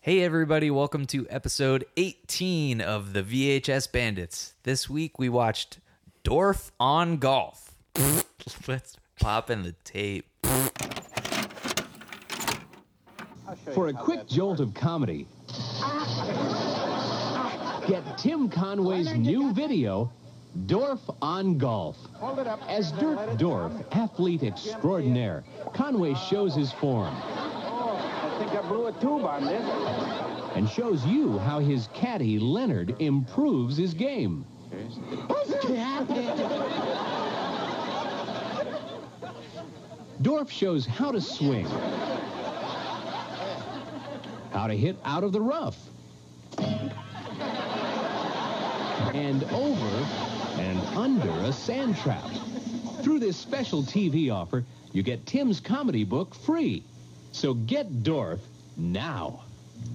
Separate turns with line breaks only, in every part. Hey, everybody, welcome to episode 18 of the VHS Bandits. This week we watched Dorf on Golf. Let's pop in the tape.
For a quick jolt of comedy, get Tim Conway's new video, Dorf on Golf. As Dirk Dorf, athlete extraordinaire, Conway shows his form
I think I blew a tube on this.
and shows you how his caddy, Leonard, improves his game. Dorf shows how to swing, how to hit out of the rough, and over and under a sand trap. Through this special TV offer, you get Tim's comedy book free. So get Dorf now.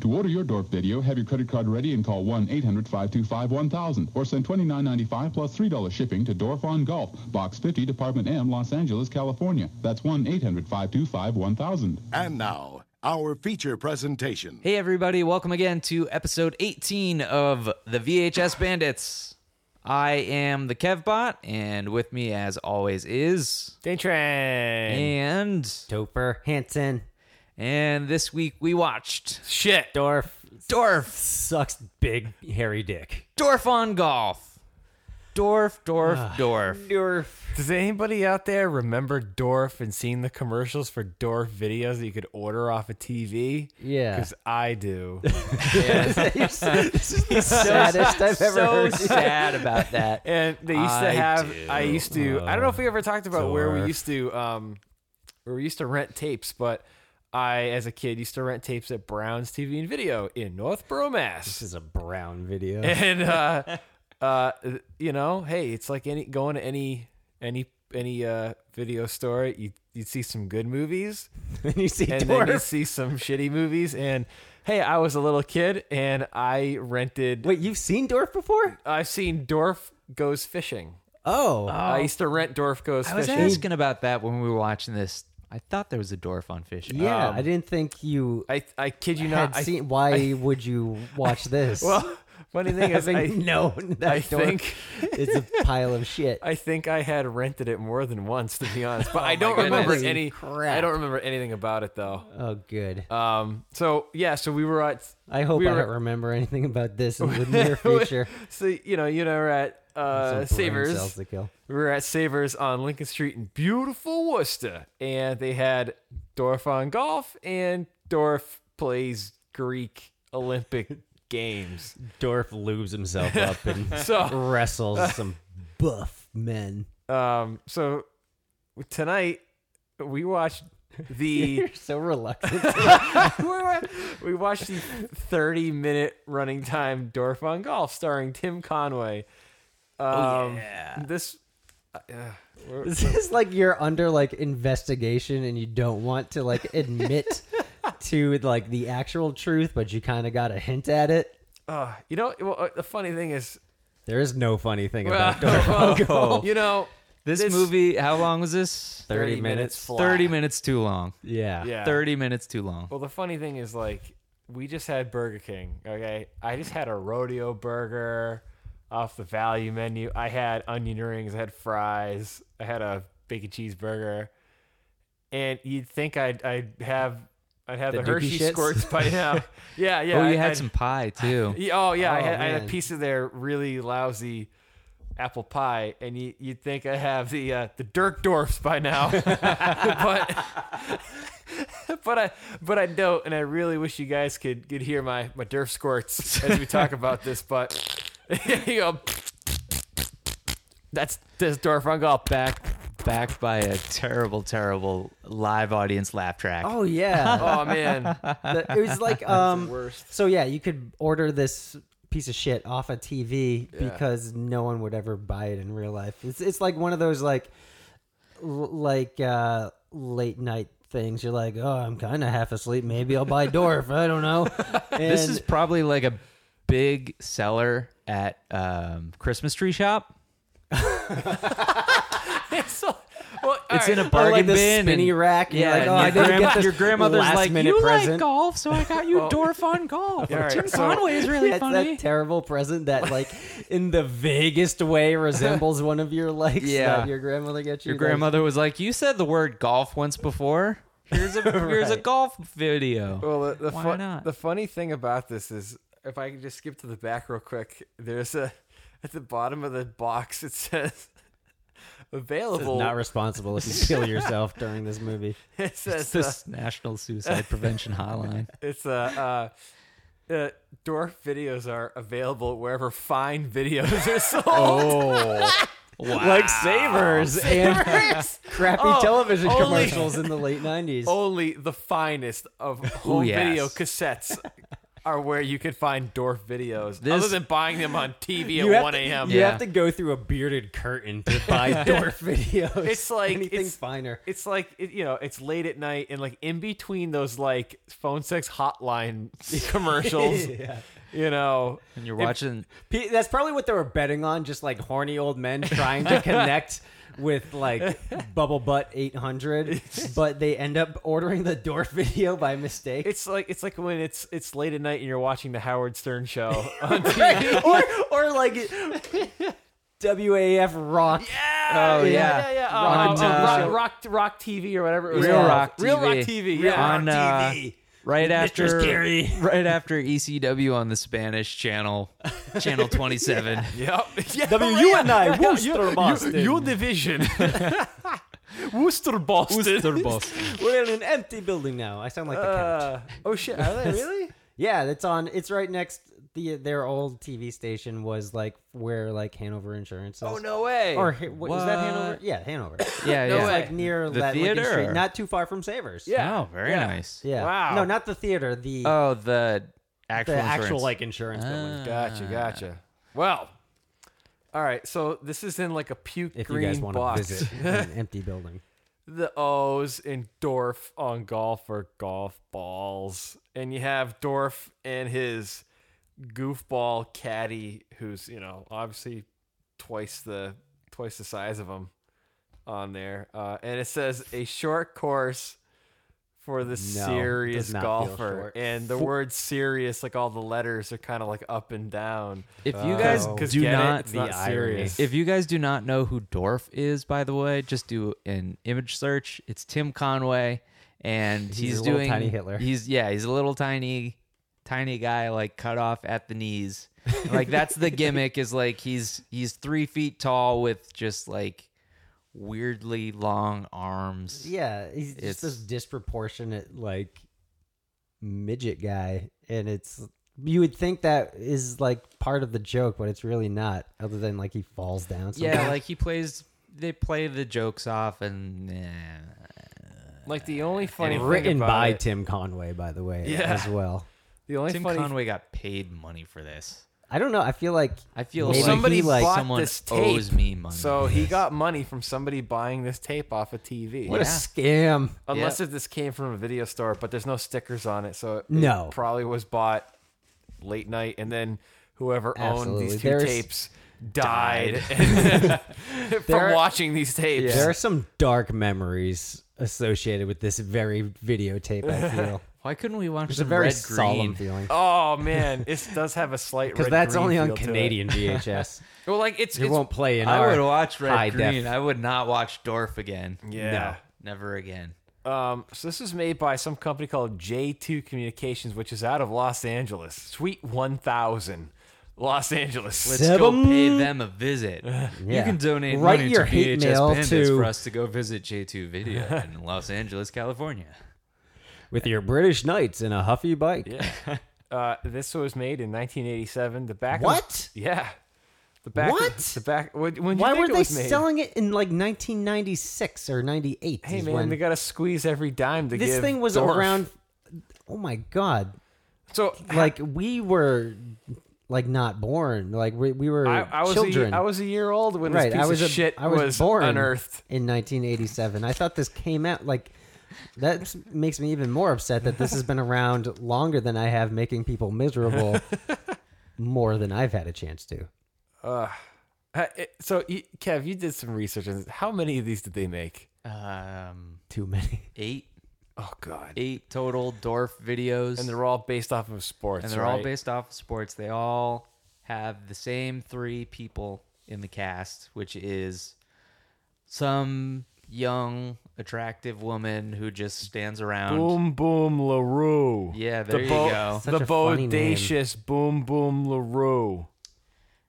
To order your Dorf video, have your credit card ready and call 1-800-525-1000 or send $29.95 plus $3 shipping to Dorf on Golf, Box 50, Department M, Los Angeles, California. That's 1-800-525-1000.
And now, our feature presentation.
Hey, everybody, welcome again to episode 18 of the VHS Bandits. I am the Kevbot, and with me, as always, is.
Daytrain.
And.
Doper. Hanson.
And this week we watched
Shit. Dorf.
Dorf,
Sucks big hairy dick.
Dorf on Golf. Dorf, Dorf, Dorf.
Dorf.
Does anybody out there remember Dorf and seeing the commercials for Dorf videos that you could order off a TV?
Yeah.
Because I do.
this is the saddest I've ever
so
heard.
sad about that.
And they used
I
to have
do.
I used to I don't know if we ever talked about where we
Dorf.
used to um where we used to rent tapes, but I as a kid used to rent tapes at Brown's TV and Video in Northborough, Mass.
This is a brown video.
and uh uh you know, hey, it's like any going to any any any uh video store, you you'd see some good movies.
and you see
and
Dorf.
then you see some shitty movies. And hey, I was a little kid and I rented.
Wait, you've seen Dorf before?
I've seen Dorf Goes Fishing.
Oh.
Uh,
I used to rent Dorf Goes
I was
Fishing.
asking about that when we were watching this. I thought there was a dwarf on fishing.
Yeah,
Um,
I didn't think you
I, I kid you
had
not. I,
seen. Why would you watch this?
well, funny thing is, I,
having known that
I
Dorf
think-
is a pile of shit.
I think I had rented it more than once, to be honest. But I don't
goodness.
remember
Holy
any.
crap.
I don't remember anything about it though.
oh, good.
Um. So yeah. So we were at.
I hope
we
I
were-
don't remember anything about this in the near future.
So you know, you know, we're at
Some
uh,
brain
Savers.
cells to kill.
We were at Savers on Lincoln Street in beautiful Worcester, and they had Dorf on golf, and Dorf plays Greek Olympic games.
Dorf lubes himself up and
So,
wrestles some.
Buff men.
um, so tonight we watched the
You're so reluctant. to
we watched the thirty minute running time Dorf on golf, starring Tim Conway. Um, This. uh, we're-
This is like you're under like investigation and you don't want to like admit to like the actual truth, but you kind of got a hint at it.
uh, you know, well, uh, the funny thing is,
There is no funny thing
well,
about Dorf on golf.
you know,
This, movie, how long was this?
30 minutes.
flat.
30 minutes too long.
Yeah.
Yeah.
30 minutes too
Oh,
long.
Well, the funny thing is, like, we just had Burger King. Okay, I just had a rodeo burger off the value menu. I had onion rings. I had fries. I had a bacon cheeseburger. And you'd think I'd I'd have I'd have
The
the,
doopy
Hershey
shits?
squirts by now. yeah, yeah.
oh, you
I-
had
I'd-
some pie too.
yeah, Oh yeah, I,
Oh,
had, I had a
man.
piece of their really lousy apple pie, and you, you'd think I have the uh, the Dirk Dorfs by now, but but I but I don't, and I really wish you guys could could hear my my Durf squirts as we talk about this. But you go, that's this Dorf on golf back.
Backed by a terrible, terrible live audience laugh track.
Oh yeah,
Oh man,
The- it was like um. So yeah, you could order this piece of shit off a TV because no one would ever buy it in real life. It's it's like one of those like l- like uh, late night things. You're like, oh, I'm kind of half asleep. Maybe I'll buy Dorf. I don't know. And
this is probably like a big seller at um, Christmas tree shop.
So- Well,
It's in a bargain
alright.
Oh, like the
bin.
spinny rack, and you're like,
and
"Oh, I
your,
didn't get this
your grandmother's
last
like,
minute
you like
present." Oh.
golf, so I got you Dorf on golf.
Yeah, all right,
Tim
so-
Conway is really
That's
funny.
that terrible present that, like, in the vaguest way resembles one of your likes
Yeah.
that your grandmother gets you.
your
That's-
grandmother was like, you said the word golf once before. Here's a here's a
Right.
golf video.
Well, the, the,
Why
fun-
not?
the funny thing about this is, if I can just skip to the back real quick, there's a at the bottom of the box it says available.
not
responsible if you kill yourself during this movie.
it
It's
says uh,
this National Suicide Prevention Hotline.
it's uh, uh, uh, dwarf videos are available wherever fine videos are sold.
Like
Savers and crappy
Oh,
television
only-
commercials in the late 90s.
Only the finest of home
yes.
video cassettes. Are where you can find dwarf videos,
This-
other than buying them on TV
You
at
have
one
to-
a.m.
You
Yeah.
have to go through a bearded curtain to buy Dorf videos.
It's like-
anything
it's-
finer.
It's like it, you know, it's late at night, and like in between those like phone sex hotline commercials, you know,
And you're watching
P- that's probably what they were betting on, just like horny old men trying to connect with like Bubble Butt 800, but they end up ordering the Dorf video by mistake.
it's like it's like when it's it's late at night and you're watching the Howard Stern show.
or, or like WAF rock.
Oh,
yeah, yeah,
yeah.
yeah.
On,
Uh, uh,
uh,
rock, rock, rock TV or whatever. It was
Real
called.
Rock
Real Rock
TV.
TV. Yeah,
on uh, right after right after ECW on the Spanish channel, channel 27.
yep. yeah.
W and I, Worcester,
your,
Boston.
your division, Worcester Boston.
We're in an empty building now. I sound like the couch.
Uh, oh shit! Are they really?
Yeah, that's on. It's right next. The their old TV station was like where like Hanover Insurance. Is.
Oh no way!
Or Ha- what, was that Hanover?
What?
Yeah, Hanover.
Yeah,
No
yeah.
way.
like near
The
that Lincoln
theater?
Street, not too far from Savers.
yeah.
Oh, very
Yeah.
nice.
yeah.
Wow.
No, not the theater. The
Oh, the actual
the actual
insurance.
like insurance building.
Gotcha, gotcha. Well, all right. So this is in like a puke
If
green
you guys want
box.
to visit an empty building,
The O's in Dorf on golf or golf balls, and you have Dorf and his goofball caddy, who's you know obviously twice the twice the size of him on there, uh, and it says a short course. For the serious
does not feel
golfer,
short.
and the word "serious," like all the letters, are kind of like up and down. Uh,
If you guys
Oh.
do
get it?
not
It's
the irony.
if you guys do not know who Dorf is, by the way, just do an image search. It's Tim Conway, and he's,
a little
doing
tiny Hitler.
He's yeah, he's a little tiny, tiny guy, like cut off at the knees. like that's the gimmick is like he's he's three feet tall with just like weirdly long arms.
yeah, he's
It's-
just this disproportionate like midget guy, and it's you would think that is like part of the joke, but it's really not. Other than like he falls down.
yeah,
sometimes.
like he plays. They play the jokes off, and eh,
Like the only funny thing
written
about
by
it-
Tim Conway, by the way,
Yeah.
as well.
the only
Tim
funny
Conway got paid money for this.
I don't know. I feel like
I feel
Maybe
like
somebody
he, like-
bought
someone
this tape,
owes me money.
so he
Yes.
got money from somebody buying this tape off a TV.
what a
Yeah.
scam.
Unless if this came from a video store, but there's no stickers on it, so it
No.
probably was bought late night, and then whoever
Absolutely.
owned these two
There's-
tapes died, from
There-
watching these tapes.
There are some dark memories associated with this very videotape. I feel
Why couldn't we watch
it's a
some
very
red
solemn
green?
feeling
Oh man, it does have a slight
because
red
that's
green
only on
feel to it.
Canadian VHS.
Well, like it's,
It
it's
won't play in
I
our
would watch red
high
green.
def.
I would not watch Dorf again.
Yeah.
No, never again.
Um, so this is made by some company called J2 Communications, which is out of Los Angeles. Sweet 1000, Los Angeles.
Let's go
Seven-
pay them a visit. You
Yeah.
can donate
Write
money
your
to
hate
VHS
mail
Bandits
to-
for us to go visit J2 Video in Los Angeles, California.
with your British knights in a huffy bike.
Uh, this was made in 1987. The back.
What?
yeah. The back.
What?
The back. When, when
Why
you think
were
it
they
was made?
selling it in like 1996 or 98?
Hey
is
man,
when-
they gotta squeeze every dime to
this
give
thing was
Dorf.
around. Oh my god!
So
Like we were like not born. Like we, we were
I, I was
children.
a, I was a year old when
right.
this piece
I was
of
a,
shit
I was,
was
born
unearthed.
in 1987. I thought this came out like that s- makes me even more upset that this has been around longer than I have, making people miserable more than I've had a chance to.
Uh, it- so you, Kev, you did some research on this. How many of these did they make?
um,
Too many.
eight
Oh god.
eight total Dorf videos,
And they're all based off of sports.
and they're all
right?
based off of sports. They all have the same three people in the cast, which is some young attractive woman who just stands around.
Boom Boom LaRue.
Yeah, there you go.
Such
the
a funny name.
bodacious Boom Boom LaRue.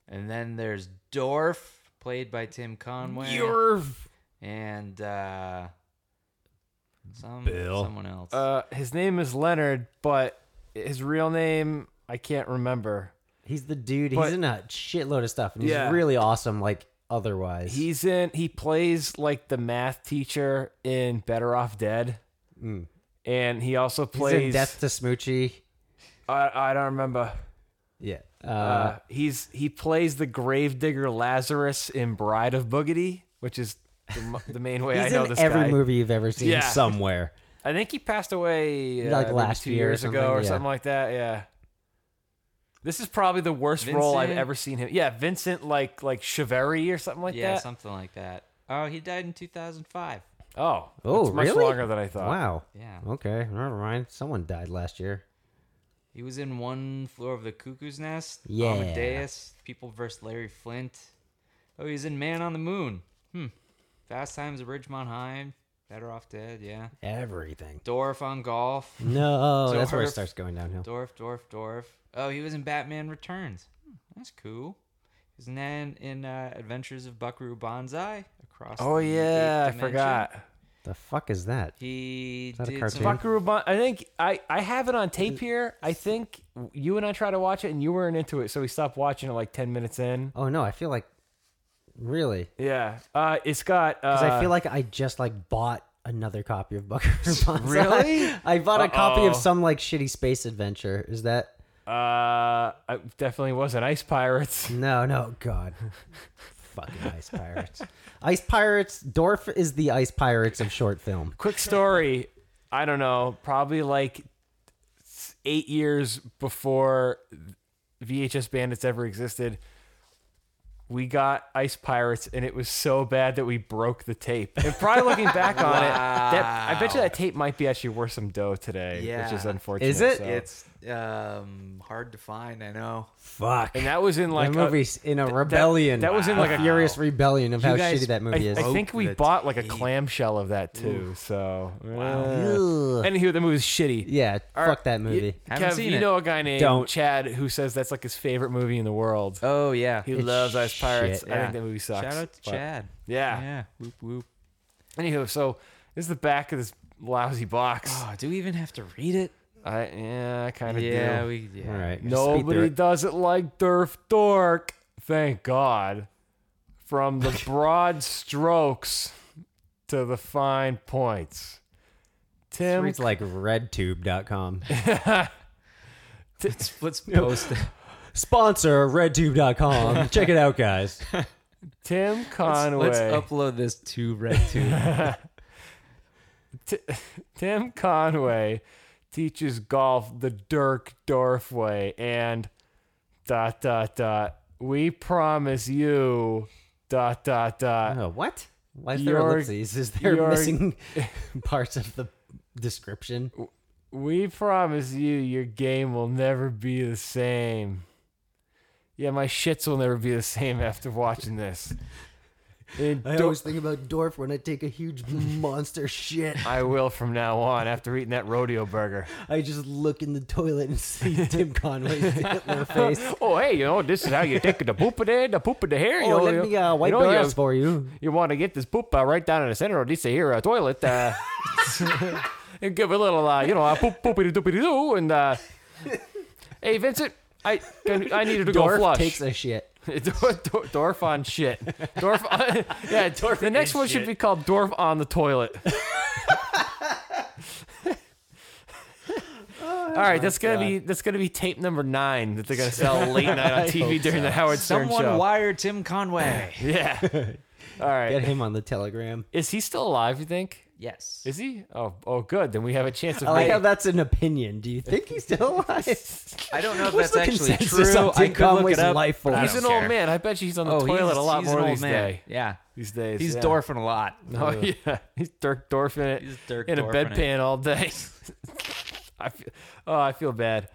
And then there's Dorf, played by Tim Conway,
Your
and uh, some
Bill.
someone else.
uh, his name is Leonard, but his real name I can't remember.
He's the dude.
But-
he's in a shitload of stuff, and he's
Yeah.
really awesome. Like otherwise,
He's in. He plays like the math teacher in Better Off Dead, and he also
Hmm. He's
plays.
in Death to Smoochie.
I, I don't remember.
Yeah, uh,
Uh, he's he plays the gravedigger Lazarus in Bride of Boogedy, which is the, mo- the main way I
he's
know
in
this
every
guy.
movie you've ever seen.
Yeah.
somewhere.
I think he passed away uh,
Like
maybe
last
two
year or
years ago
something,
or
yeah.
something like that. Yeah. This is probably the worst role I've
Vincent?
ever seen him. Yeah, Vincent like like Chiveri or something like
yeah,
that.
something like that. Oh, he died in 2005.
Oh,
Oh,
it's much
really?
longer than I thought.
Wow.
Yeah.
Okay. Never mind. Someone died last year.
He was in One Floor of the Cuckoo's Nest,
Yeah.
Amadeus, People vs. Larry Flint. Oh, he's in Man on the Moon. Hmm. Fast Times at Ridgemont High. Better Off Dead, yeah.
Everything.
Dorf on Golf.
No,
So
that's where it
her-
starts going downhill.
Dorf, Dorf, Dorf. Oh, he was in Batman Returns. Hmm, that's cool. He was in, in uh, Adventures of Buckaroo Banzai. Across
Oh
the
yeah,
Eighth
I
Dimension.
forgot.
The fuck is that?
He
that a
did some
cartoon?
Buckaroo Bun- I think I, I have it on tape here. I think you and I tried to watch it and you weren't into it, so we stopped watching it like ten minutes in.
Oh no, I feel like really
Yeah. Uh, it's got. Uh,
because I feel like I just like bought another copy of Buckaroo Banzai.
Really?
I bought a copy
Uh-oh.
of some like shitty space adventure. Is that
Uh, I definitely wasn't Ice Pirates.
no, no, God, fucking Ice Pirates. Ice Pirates. Dorf is the Ice Pirates of short film.
Quick story. I don't know. Probably like s- eight years before VHS Bandits ever existed. We got Ice Pirates, and it was so bad that we broke the tape. And probably looking back on it, that I bet you that tape might be actually worth some dough today, which is
Yeah.
unfortunate.
Is it?
so.
It's um, hard to find, I know.
Fuck.
and that was in like
that
a-
movie's in a rebellion.
that was in,
A
like, a-
furious rebellion of how
guys-
shitty that
I,
movie is.
I think we
the
bought like a
tape.
clamshell of that too. So
Ugh.
Anywho, the movie's shitty.
yeah,
Oh. All right,
fuck that movie.
You,
Haven't
Kev,
seen
you
it.
know a guy named
Don't.
Chad who says that's like his favorite movie in the world.
Oh, yeah.
He loves Ice Pirates.
shit,
I
yeah.
think that movie sucks.
Shout out to
but-
Chad.
ah.
Yeah.
Yeah. Whoop, whoop.
Anywho, so this is the back of this lousy box.
Oh, do we even have to read it?
I yeah, I kind of
Yeah,
do.
we. Yeah.
All right. just speed through
Nobody
it.
does it like Durf Dork. Thank God. From the broad strokes to the fine points.
This
Tim
reads like redtube.com.
Let's, let's post it.
Sponsor redtube.com. Check it out, guys.
Uh, Tim
Let's,
Conway.
let's upload this to RedTube.
T- Tim Conway teaches golf the Dirk Dorf way, and dot dot dot. We promise you dot dot dot.
Oh, what? Why is there
Your-
ellipses? Is there
your-
missing parts of the description?
We promise you your game will never be the same. Yeah, my shits will never be the same after watching this. And
I
Dor-
always think about Dorf when I take a huge monster shit.
I will from now on after eating that rodeo burger.
I just look in the toilet and see Tim Conway's Hitler face.
Oh, hey, you know, this is how you take the poop of there, the poop of the hair. you
Oh,
know,
let
you-
me uh,
you
wipe
know,
your
you-
ass for you.
you want to get this poop uh, right down in the center of this here uh, toilet. Uh, and give a little, uh, you know, uh, poop poopity doopity doo. And uh, hey, Vincent, I can, I needed to go
Dorf
flush.
takes a shit.
Dor- Dor- Dorf on shit. Dorf on, yeah, Dorf the next one should be called Dorf on the toilet.
Oh,
All right, that's gonna be that's gonna be tape number nine that they're gonna sell late night on TV during the Howard Stern
Someone
show.
wire Tim Conway.
yeah. All right.
Get him on the telegram.
Is he still alive? You think?
Yes.
Is he? Oh, oh, good. Then we have a chance of.
I like
making-
how that's an opinion. Do you think he's still alive?
I don't know if
What's
that's
the
actually
consensus
true.
on
I
Tim
could look
Conway's
it up.
life
but I
he's
don't
an
care.
old man. I bet you he's on the
Oh,
toilet
he's,
a lot
he's
more
an old
these
man.
day.
Yeah.
These days,
He's
yeah.
dwarfing a lot.
Oh yeah, he's Dirk Dorf in it.
He's Dirk
in
Dorf
a
in it.
bedpan all day. I feel, oh, I feel bad.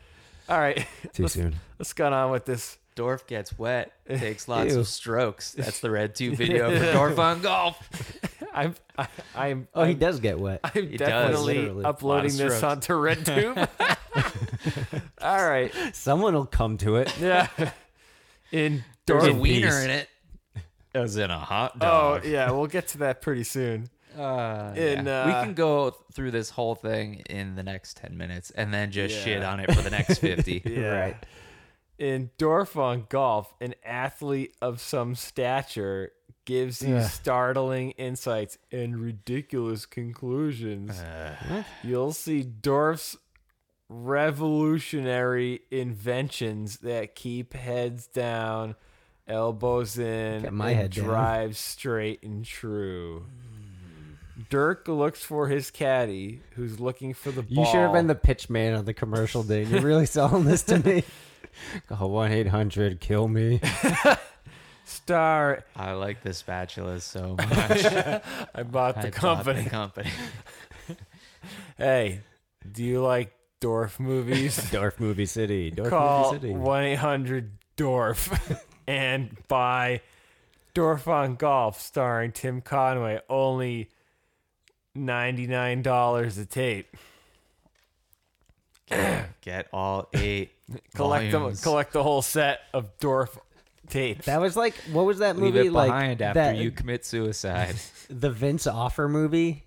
All right,
Too soon.
let's get on with this.
Dorf gets wet, takes lots of strokes. That's the red tube video for Dorf on golf.
I'm, I, I'm,
Oh, he
I'm-
does get wet.
I'm
He does.
definitely
Literally.
uploading
Lot of
this
strokes.
onto RedTube. all right,
Someone will come to it.
yeah. In
There's
Dorf
a wiener in it. As in a hot
Oh yeah, we'll get to that pretty soon. in,
we
uh,
can go through this whole thing in the next 10 minutes and then just shit on it for the next 50.
Right.
in Dorf on Golf, an athlete of some stature gives you startling insights and ridiculous conclusions.
Uh.
You'll see Dorf's revolutionary inventions that keep heads down, elbows in,
Kept my
and
head down.
drive straight and true. Dirk looks for his caddy, who's looking for the
You
ball.
should have been the pitch man on the commercial day. You're really selling this to me. Oh, 1 800 kill me.
star.
I like the spatulas so much.
I bought the
I bought
company.
The company.
Hey, do you like Dorf movies?
Dorf Movie City. Dorf
Call
Movie City.
1 800 Dorf and buy Dorf on Golf starring Tim Conway. Only $99 a tape.
Get all eight.
Collect, them,
volumes.
collect the whole set of Dorf tapes.
That was like, what was that
Leave
movie
it
like?
behind after
that,
you commit suicide.
The Vince Offer movie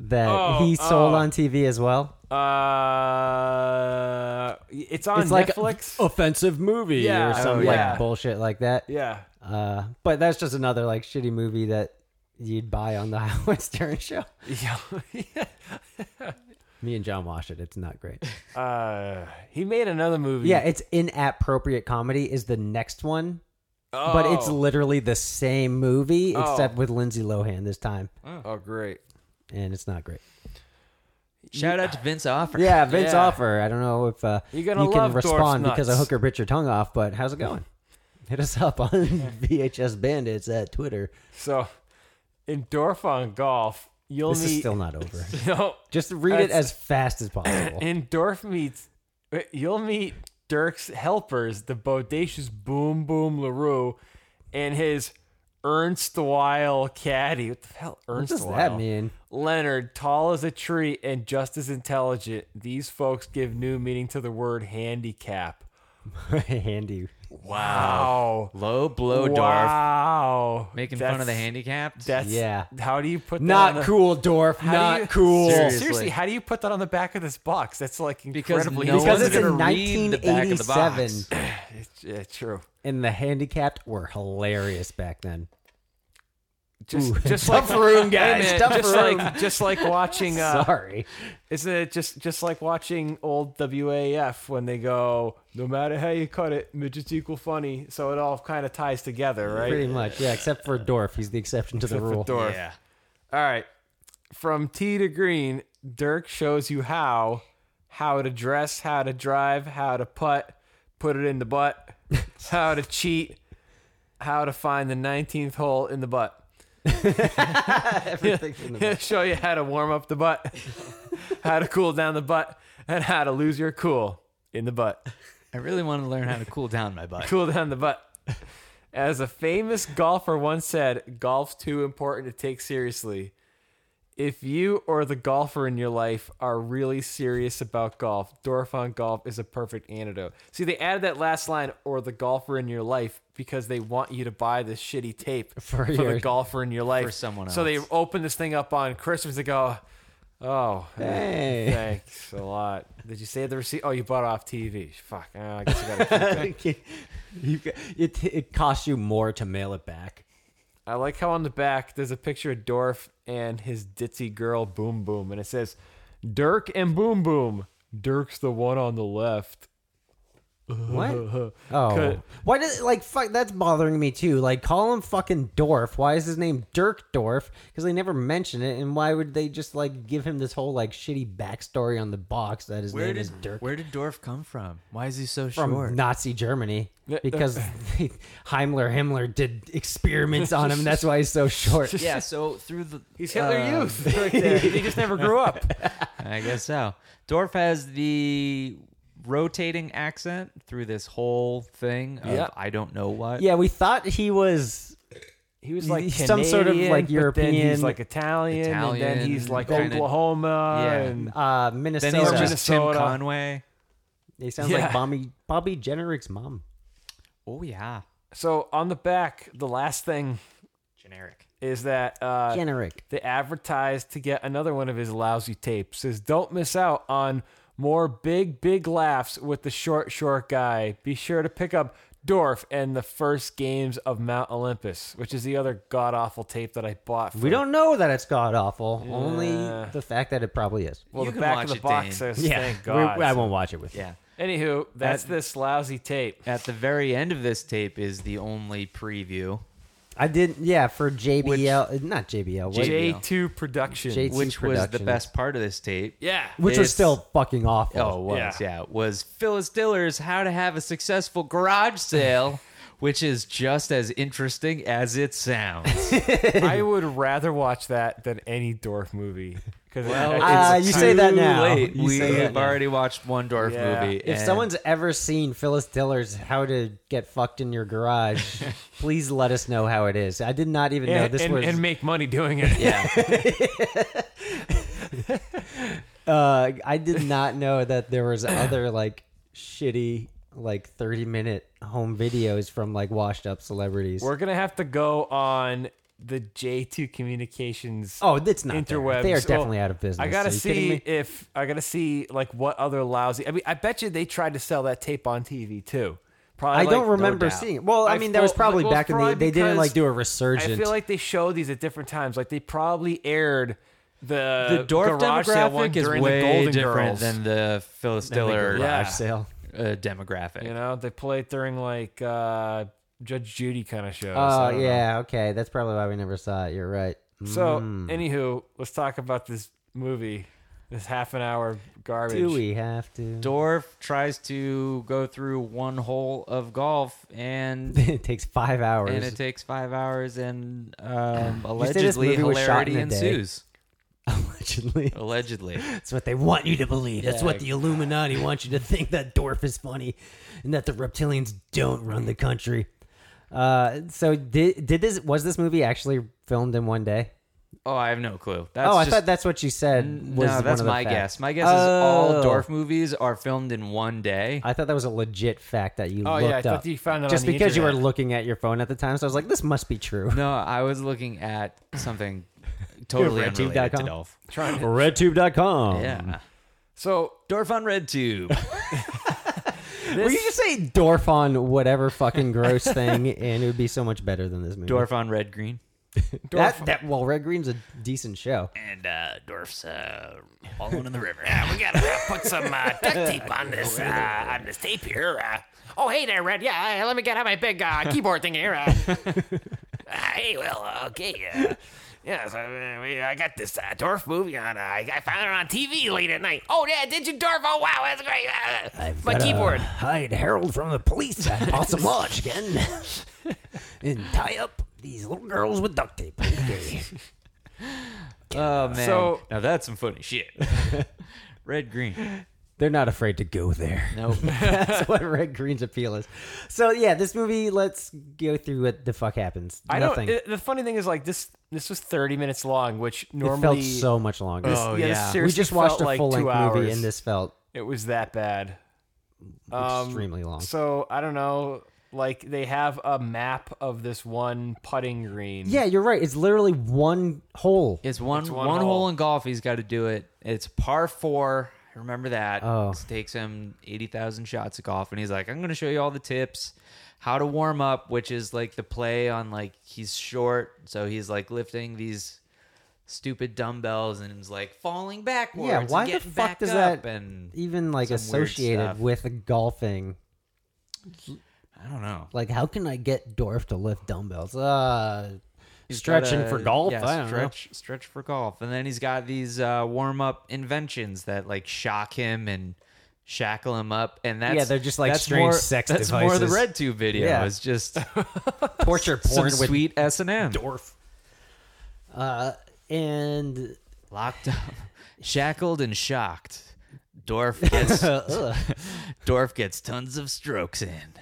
that
Oh,
he sold
oh.
on TV as well.
uh, it's on
It's like a-
Netflix.
Offensive movie
Yeah.
or
Oh,
something.
Like
yeah.
bullshit like that.
yeah.
Uh, but that's just another like shitty movie that you'd buy on the Howard Stern show.
yeah.
Me and John watched it. It's not great.
Uh, he made another movie.
Yeah, it's inappropriate comedy is the next one, but it's
Oh.
literally the same movie
Oh.
except with Lindsay Lohan this time,
oh, great.
and it's not great.
Shout out to Vince Offer.
Yeah, Vince
Yeah.
Offer. I don't know if uh,
You're gonna
you can
love Dorf's
respond because I
nuts.
hook or bit your tongue off, but how's it going? Hit us up on VHS Bandits at Twitter.
So in Dorf on Golf, you'll
This is
meet
still not over.
no
Just read it
That's-
as fast as possible.
in Dorf meets uh, you'll meet Dirk's helpers, the bodacious Boom Boom Larue, and his Ernst Weil caddy. What the hell,
What
Ernst
does
Weil?
that mean?
Leonard, tall as a tree and just as intelligent. These folks give new meaning to the word handicap.
Handy. Oh.
Wow.
Low blow, Dorf.
Wow.
Making fun of the
That's-
handicapped.
That's
Yeah.
How do you put that on
Not
the-
cool, Dorf.
How do
Not
you-
cool.
Seriously.
Seriously,
how do you put that on the back of this box? That's like
because
incredibly
no
Because
one's
it's in
gonna read the back of the box.
1987.
It's, yeah, true.
and the handicapped were hilarious back then.
Just, just like room, guys.
Tough
just
room.
like, just like watching. Uh,
Sorry.
isn't it just, just like watching old WAF when they go, no matter how you cut it, midgets equal funny. So it all kind of ties together, right?
Pretty much, yeah. Except for Dorf, he's the exception to the
For
rule.
Dorf.
Yeah.
All right. From T to green, Dirk shows you how how to dress, how to drive, how to putt, put it in the butt, how to cheat, how to find the 19th hole in the butt.
Everything's in the
He'll show you how to warm up the butt, how to cool down the butt, and how to lose your cool in the butt.
I really want to learn how to cool down my butt.
Cool down the butt. As a famous golfer once said, golf's too important to take seriously. If you or the golfer in your life are really serious about golf, Dorf on Golf is a perfect antidote. See, they added that last line, or the golfer in your life, because they want you to buy this shitty tape
For
for,
your-
the golfer in your life.
someone
So they
else.
open this thing up on Christmas. They go, oh,
Hey.
thanks a lot. Did you save the receipt? Oh, you bought it off TV. Fuck. Oh, I guess I gotta keep it.
You ca- it, it costs you more to mail it back.
I like how on the back there's a picture of Dorf and his ditzy girl Boom Boom, and it says Dirk and Boom Boom. Dirk's the one on the left.
What? Oh,
Could-
why does like fuck? That's bothering me too. Like, call him fucking Dorf. Why is his name Dirk Dorf? Because they never mention it, and why would they just like give him this whole like shitty backstory on the box that his
Where
name
did
is Dirk
Where did Dorf come from? Why is he so
from
short?
Nazi Germany?
Yeah,
Because they, Heimler Himmler did experiments on him. That's why he's so short.
yeah, so through the
He's Hitler Youth uh, right there. He just never grew up.
I guess so. Dorf has the rotating accent through this whole thing. Of,
Yep.
I don't know what.
Yeah, we thought he was
He was like
Some sort of,
Canadian,
like,
but then
European-
he's like Italian, and then he's
Italian,
like
kinda-
Oklahoma.
yeah.
And
uh,
Then
Minnesota.
he's
Minnesota.
just Tim
Minnesota.
Conway.
he sounds
Yeah.
like Bobby Bobby Jenneric's mom.
Oh yeah,
so on the back, the last thing
generic.
is that uh,
Jenneric.
they advertised to get another one of his lousy tapes. Says, don't miss out on more big, big laughs with the short, short guy. Be sure to pick up Dorf and the first games of Mount Olympus, which is the other god awful tape that I bought. For,
We don't know that it's god awful.
Yeah.
Only the fact that it probably is.
Well,
You
the
can
back
watch
of the
it,
box
Dane.
says, thank God.
We- I won't watch it with you.
Yeah.
Anywho, that's this lousy tape.
At the very end of this tape is the only preview,
I didn't. Yeah, for JBL, uh, not JBL, what-
J2 production.
J2.
which was the
Productions.
best part of this tape.
yeah.
which was
It's-
still fucking awful.
Oh, it was
Yeah.
yeah. It was Phyllis Diller's "How to Have a Successful Garage Sale," which is just as interesting as it sounds.
I would rather watch that than any Dorf movie. Because
Uh, you say that now.
Late.
You
We
say that
have
now.
already watched one Dwarf
Yeah.
movie.
If
and
someone's ever seen Phyllis Diller's "How to Get Fucked in Your Garage," please let us know how it is. I did not even know
and,
this
and-
was.
and make money doing it.
yeah,
uh, I did not know that there was other like shitty like thirty minute home videos from like washed up celebrities.
We're gonna have to go on the J2 Communications
oh, that's not there.
interwebs.
They are
Well,
definitely out of business.
I gotta
Are you kidding
see
me?
if I gotta see like what other lousy. I mean, I bet you they tried to sell that tape on TV too. Probably.
I
like-
don't remember
doubt.
seeing. It. Well, I,
I
mean, that was
felt-
probably
well,
back in the.
probably
They didn't like
because
do a
I
resurgence.
feel like they show these at different times. Like they probably aired the
the Dwarf
Uh, garage sale one
demographic is
during
way
the Golden
different
Girls.
than the Phyllis
Like a
Diller
garage
Yeah.
sale.
uh, demographic.
you know they play it during like uh, Judge Judy kind of shows.
Oh
I don't know.
yeah, okay. That's probably why we never saw it. You're right.
So,
Mm.
anywho, let's talk about this movie, this half an hour garbage.
do we have to?
Dwarf tries to go through one hole of golf and
it takes five hours.
and it takes five hours and um,
You say this
allegedly
movie was shot
hilarity
in a day.
ensues.
allegedly,
Allegedly.
that's what they want you to believe. That's what the Illuminati want you to think that Dorf is funny, and that the reptilians don't run the country. Uh, so did did this was this movie actually filmed in one day?
Oh, I have no clue. That's
oh, I
just,
thought that's what you said. Was
no,
one
that's
of the
my
facts.
guess. My guess is all
Oh.
Dorf movies are filmed in one day.
I thought that was a legit fact that you
Oh,
looked
yeah, I
up.
thought you found it
just
on the
because you were
internet.
looking at your phone at the time. So I was like, this must be true.
No, I was looking at something totally
RedTube.com?
unrelated to Dolph.
Trying to-
RedTube.com.
Um,
Yeah.
so,
Dorf on RedTube.
Well, you just say Dorf on whatever fucking gross thing, and it would be so much better than this movie.
Dorf on Red Green.
That, that well, Red Green's a decent show.
And uh, Dorf's uh, alone in the river.
we gotta uh, put some uh, duct tape on this uh, on this tape here. Uh, oh, hey there, Red. Yeah, uh, let me get out my big uh, keyboard thing here. Uh, uh, hey, well, uh, okay. Uh, yeah, so uh, we, I got this uh, Dorf movie on. Uh, I, I found it on TV late at night. Oh yeah, did you Dorf? Oh wow, that's great. Uh, my keyboard.
Hide Harold from the police at Awesome Lodge again, and tie up these little girls with duct tape. Okay.
Oh, man.
So-
now that's some funny shit. Red Green.
They're not afraid to go there.
Nope.
That's what Red Green's appeal is. So yeah, this movie. Let's go through what the fuck happens.
I
Nothing.
don't. It, the funny thing is, like this, this was thirty minutes long, which
it
normally
felt so much longer.
This, yeah,
Oh,
this
yeah. We
we
seriously
just watched
felt
a
like
full
two
length
hours.
movie, and this felt
It was that bad.
extremely long.
Um, So I don't know. Like they have a map of this one putting green.
Yeah, you're right. It's literally one hole.
It's one
one
one
hole.
hole in golf. He's got to do it. It's par four. I remember that.
Oh.
It takes him eighty thousand shots of golf, and he's like, "I'm going to show you all the tips, how to warm up, which is like the play on like he's short, so he's like lifting these stupid dumbbells and is like falling backwards.
Yeah,
and
why the
getting
fuck
back
does
up
that
and
even like
some weird
associated
stuff.
with golfing
I don't know.
Like, how can I get Dorf to lift dumbbells? Uh,
He's
Stretching
got a-
for golf?
Yeah,
I don't know.
stretch, stretch for golf, and then he's got these uh, warm up inventions that like shock him and shackle him up, and that's
Yeah, they're just like
that's
strange
more,
sex
That's more the
devices.
red tube video.
Yeah.
It's just
torture
some
porn with
sweet S and M
Dorf. Uh, and
locked up, shackled and shocked. Dorf gets
uh, ugh.
Dorf gets tons of strokes in.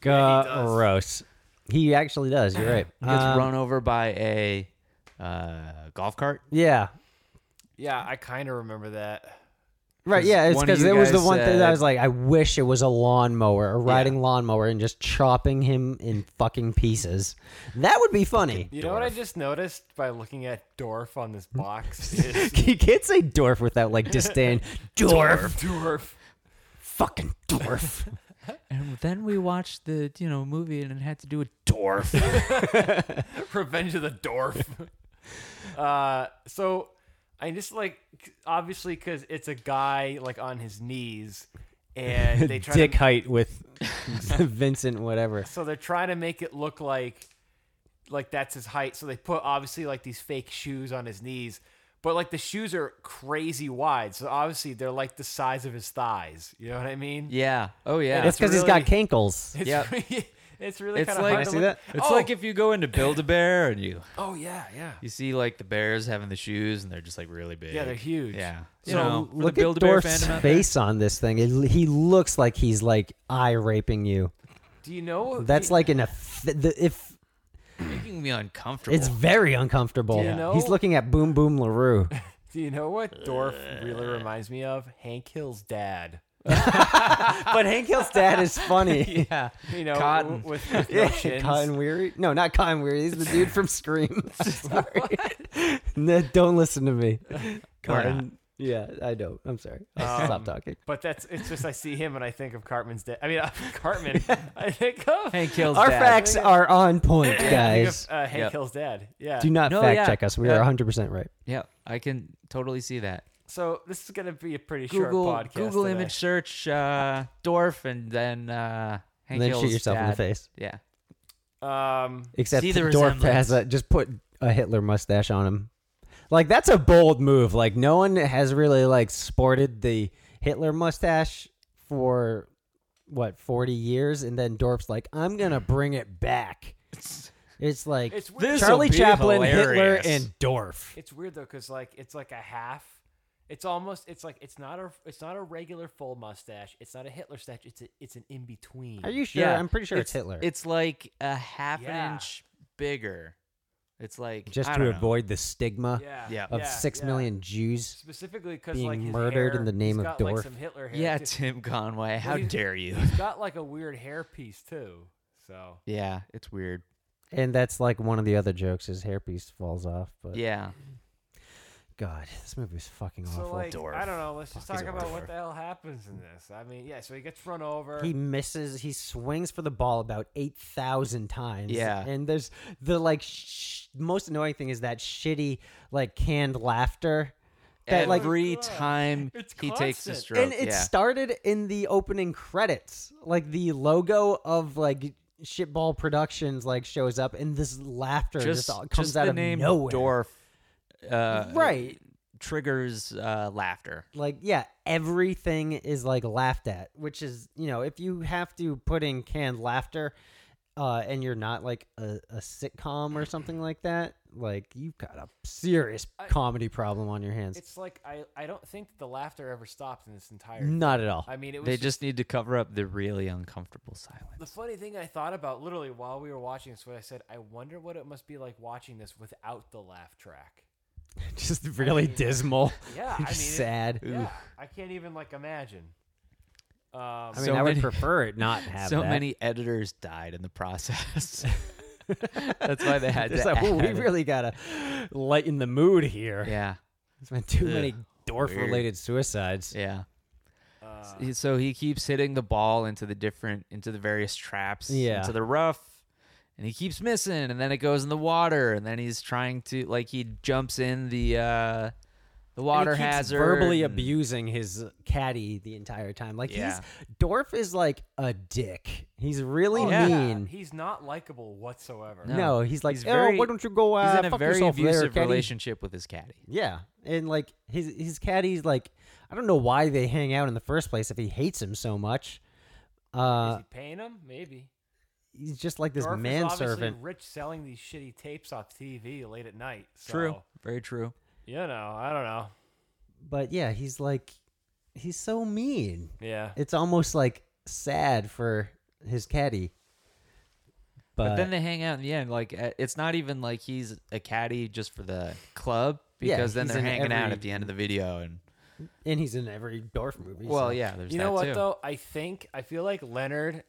Gross.
he actually does. You're right.
Gets
Um,
run over by a uh, golf cart.
Yeah.
Yeah, I kind of remember that.
Right, yeah, it's
one of
because
you
it was the
guys
one thing that I
said-
was like, I wish it was a lawnmower, a riding lawnmower, and just chopping him in fucking pieces. That would be funny.
You know what I just noticed by looking at Dorf on this box? is
You can't say dwarf without like disdain. Dwarf,
Dorf.
fucking dwarf.
And then we watched the you know movie, and it had to do with Dorf.
Revenge of the Dwarf. uh, so I just like obviously because it's a guy like on his knees, and they try
Dick
to,
height with
Vincent, whatever.
so they're trying to make it look like like that's his height. So they put obviously like these fake shoes on his knees. But like the shoes are crazy wide, so obviously they're like the size of his thighs. You know what I mean?
yeah. Oh yeah.
That's
It's,
because he's got cankles.
It's
Yep.
really, it's really kind of
like
hard to
see
look-
that?
It's
oh,
like if you go into Build a Bear and you
oh yeah yeah
you see like the bears having the shoes and they're just like really big.
yeah they're huge
Yeah.
So
you know, for
Look
the
at
Build-A-Bear
Dorf's
fandom out there.
face on this thing. It, he looks like he's like eye raping you.
do you know
That's like an eff- the, if
making me uncomfortable.
it's very uncomfortable.
you know-
He's looking at Boom Boom Larue.
Do you know what Dorf really reminds me of? Hank Hill's dad.
but Hank Hill's dad is funny.
yeah.
You know,
Cotton.
with, with no
Yeah,
shins.
Cotton Weary? No, not Cotton Weary. He's the dude from Scream. sorry. no, don't listen to me. Cotton. Yeah, I don't. I'm sorry. I'll
Um,
stop talking.
But that's it's just I see him and I think of Cartman's dad. I mean, uh, Cartman. I think of
Hank Hill's
Our
dad.
facts are on point,
I think of,
guys.
uh, Hank
Yep.
Hill's dad. Yeah.
Do not
No,
fact
yeah.
check us. We are
Uh,
100% right.
Yeah, I can totally see that.
so this is gonna be a pretty
Google
short podcast.
Google
today.
image search uh, Dorf and then uh, Hank
And then
Hill's
shoot yourself in the
dad.
face.
Yeah.
Um,
Except
See the
Dorf
resemblance.
has a, just put a Hitler mustache on him. Like that's a bold move. Like no one has really like sported the Hitler mustache for what forty years, and then Dorf's like, I'm gonna bring it back. It's like
It's weird.
This'll
Charlie
be
Chaplin,
hilarious.
Hitler, and Dorf.
it's weird though because like it's like a half. It's almost. It's like it's not a. It's not a regular full mustache. It's not a Hitler mustache. It's a, It's an in between.
Are you sure?
Yeah,
I'm pretty sure it's, Hitler.
It's like a half
Yeah.
an inch bigger. It's like
just
I
to
don't know.
avoid the stigma
Yeah.
Yeah.
of
yeah,
six
yeah.
million Jews.
specifically because
being
like his
murdered in
hair-
the
he's
name of
got, like,
Dorf.
some Hitler hair.
Yeah,
too.
Tim Conway, how
he's-
dare you?
he's got like a weird hairpiece too. So
Yeah, it's weird.
And that's like one of the other jokes. His hairpiece falls off. But
Yeah.
God, this movie is fucking
so
awful.
like
Dorf.
I don't know. Let's just
Fucking
talk about
Dorf.
what the hell happens in this. I mean, yeah. So he gets run over.
He misses. He swings for the ball about eight thousand times.
Yeah.
and there's the like sh- most annoying thing is that shitty like canned laughter that like
Every time
It's
he takes a
constant.
stroke.
and it
yeah.
started in the opening credits. Like the logo of like shitball productions like shows up, and this laughter just, all comes out
the
of
name
nowhere.
Dorf uh,
Right,
triggers uh, laughter.
like yeah everything is like laughed at which is you know if you have to put in canned laughter uh and you're not like a, a sitcom or something like that like you've got a serious comedy problem on your hands
it's like I I don't think the laughter ever stopped in this entire.
not at all
I mean, it was
They just need to cover up the really uncomfortable
The
silence.
funny thing I thought about literally while we were watching this, what I said, I wonder what it must be like watching this without the laugh track.
just really dismal
Yeah, I mean, it-
sad
Yeah, I can't even like imagine. Um,
i mean
So
i would
many-
prefer it not have
So
that.
many editors died in the process. That's why they had to.
It's like, well, we
add it.
really gotta lighten the mood here
Yeah.
there's been too
Ugh,
many dwarf related suicides
Yeah. He- so he keeps hitting the ball into the different into the various traps
Yeah.
into the rough and he keeps missing and then it goes in the water and then he's trying to like he jumps in the uh the water
and he keeps
hazard.
verbally
and-
abusing his caddy the entire time. Like
Yeah.
he's Dorf is like a dick. He's really
Oh,
Yeah.
mean.
He's not likable whatsoever.
no. he's like,
He's
oh,
very-
why don't you go? Uh,
He's in a
fuck
very
yourself there,
abusive
caddy."
relationship with his caddy.
Yeah, and like his his caddy's like, I don't know why they hang out in the first place if he hates him so much.
Is
Uh,
he paying him? Maybe.
he's just like this
Dorf is obviously
manservant.
rich selling these shitty tapes off TV late at night. So,
Very true.
You know, I don't know.
But yeah, he's like, he's so mean.
Yeah.
It's almost like sad for his caddy. But,
But then they hang out in the end. Like uh, it's not even like he's a caddy just for the club
Yeah,
because then
he's
they're
in
hanging out
every-
at the end of the video and
and he's in every Dorf movie. so-
well yeah there's
you know
that
what
too.
though? I think I feel like Leonard